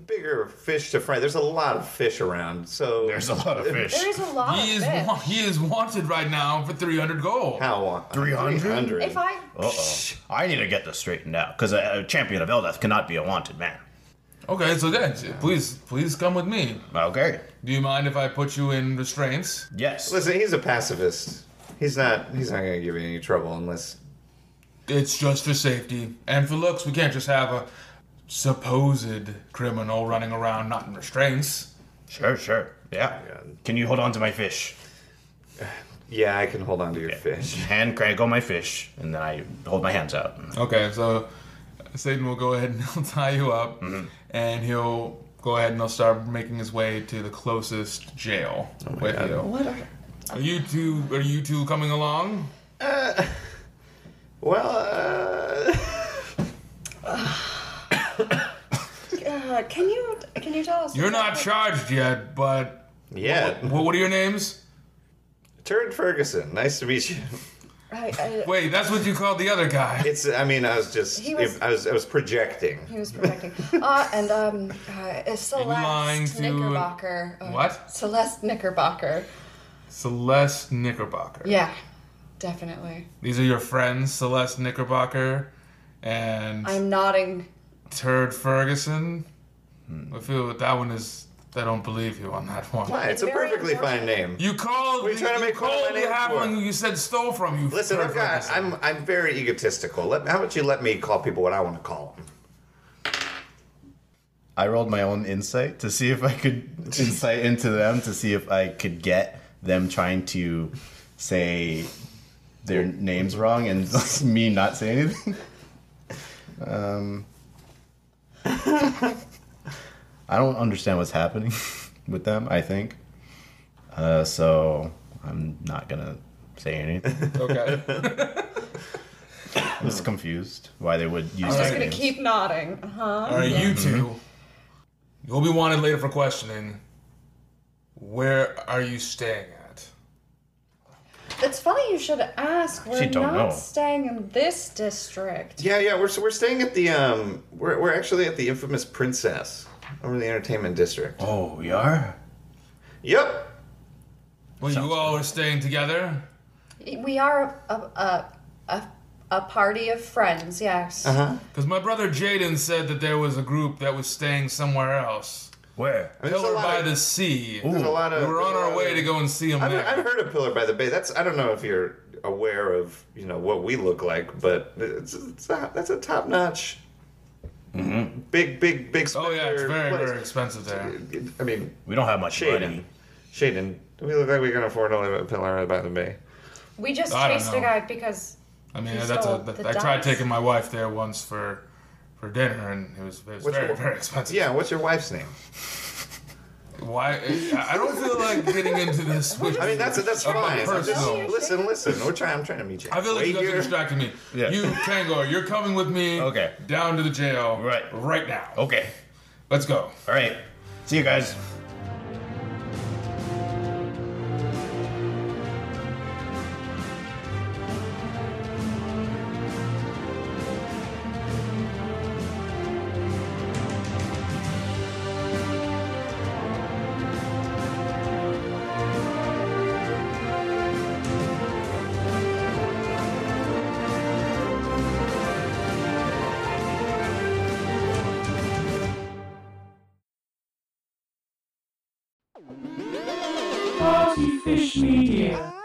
bigger fish to fry. There's a lot of fish around, so
There's a lot of fish.
(laughs) There is a lot
He
of
is
fish.
wa- he is wanted right now for 300 gold.
how Uh,
300?
If I
Uh oh. I need to get this straightened out because a, a champion of Eldath cannot be a wanted man.
Okay, so yeah, please please come with me.
Okay.
Do you mind if I put you in restraints?
Yes.
Listen, he's a pacifist. He's not. He's not gonna give you any trouble unless.
It's just for safety and for looks. We can't just have a supposed criminal running around not in restraints.
Sure. Sure. Yeah. Can you hold on to my fish?
Yeah, I can hold on to your fish.
Hand crank on my fish, and then I hold my hands out.
Okay, so Satan will go ahead and (laughs) he'll tie you up, and he'll go ahead and he'll start making his way to the closest jail with you. What are, you two? Are you two coming along?
Well, uh,
uh, can you can you tell us?
You're not charged yet, but
yeah.
what, what are your names?
Turd Ferguson, nice to meet you.
I, I,
Wait, that's (laughs) what you called the other guy.
It's. I mean, I was just.
He was-
I was. I was projecting.
he was protecting. Uh, and um, uh,
lying
Celeste
to-
Knickerbocker. uh,
What?
Celeste Knickerbocker.
Celeste Knickerbocker.
Yeah, definitely.
These are your friends, Celeste Knickerbocker and
I'm nodding.
Turd Ferguson. I feel that that one is. I don't believe you on that one.
Why? It's a
Very
perfectly fine name.
You called.
What are you trying to make fun of
called the
my name for?
halfling who you said stole from you.
Listen,
Turd
I've got,
Ferguson.
I'm I'm very egotistical. Let, how about you let me call people what I want to call them?
I rolled my own insight to see if I could insight into them to see if I could get them trying to say their names wrong and (laughs) me not say anything. Um, I don't understand what's happening (laughs) with them. I think uh, so. I'm not gonna say anything.
Okay.
I'm just confused why they would use.
I'm just
their
gonna
names.
keep nodding. Uh huh.
All right, you two. You'll be wanted later for questioning. Where are you staying at?
It's funny you should ask. We're
don't
not
know.
staying in this district.
Yeah, yeah, we're so we're staying at the um we're we're actually at the infamous Princess over in the entertainment district.
Oh, we are.
Yep.
Well, you all are staying together.
We are a a a, a party of friends. Yes.
Because my brother Jaden said that there was a group that was staying somewhere else.
Where?
I mean, there's a
Pillar
lot
by
of-
the sea.
There's a lot of
We're on
there's a
our
lot
way
of-
to go and see him
I've,
there.
I've heard of Pillar by the Bay. That's I don't know if you're aware of, you know, what we look like, but it's, it's a, that's a top notch. Big big big
oh yeah, it's
spectacular
very
place.
very expensive there.
I mean,
We don't have much
Shaden.
money.
Shaden, do we look like we can afford to live at Pillar by the Bay?
We just
I don't
chased a
know.
guy because
I mean,
He
that's
stole
a. That,
the
I tried
dice.
taking my wife there once for, for dinner, and it was, it was
What's
very
your-
very expensive.
Yeah, what's your wife's name?
Why? I I don't feel like getting into this. With,
I mean, that's that's
About
fine. I'm just-
personal.
listen, listen. We're trying. I'm trying to meet you.
I feel like
halfway
you guys are
here.
distracting me.
Yeah.
You, Tango, you're coming with me.
Okay.
Down to the jail.
Right. Oh.
Right now.
Okay.
Let's go.
All right. See you guys.
Party Fish Media.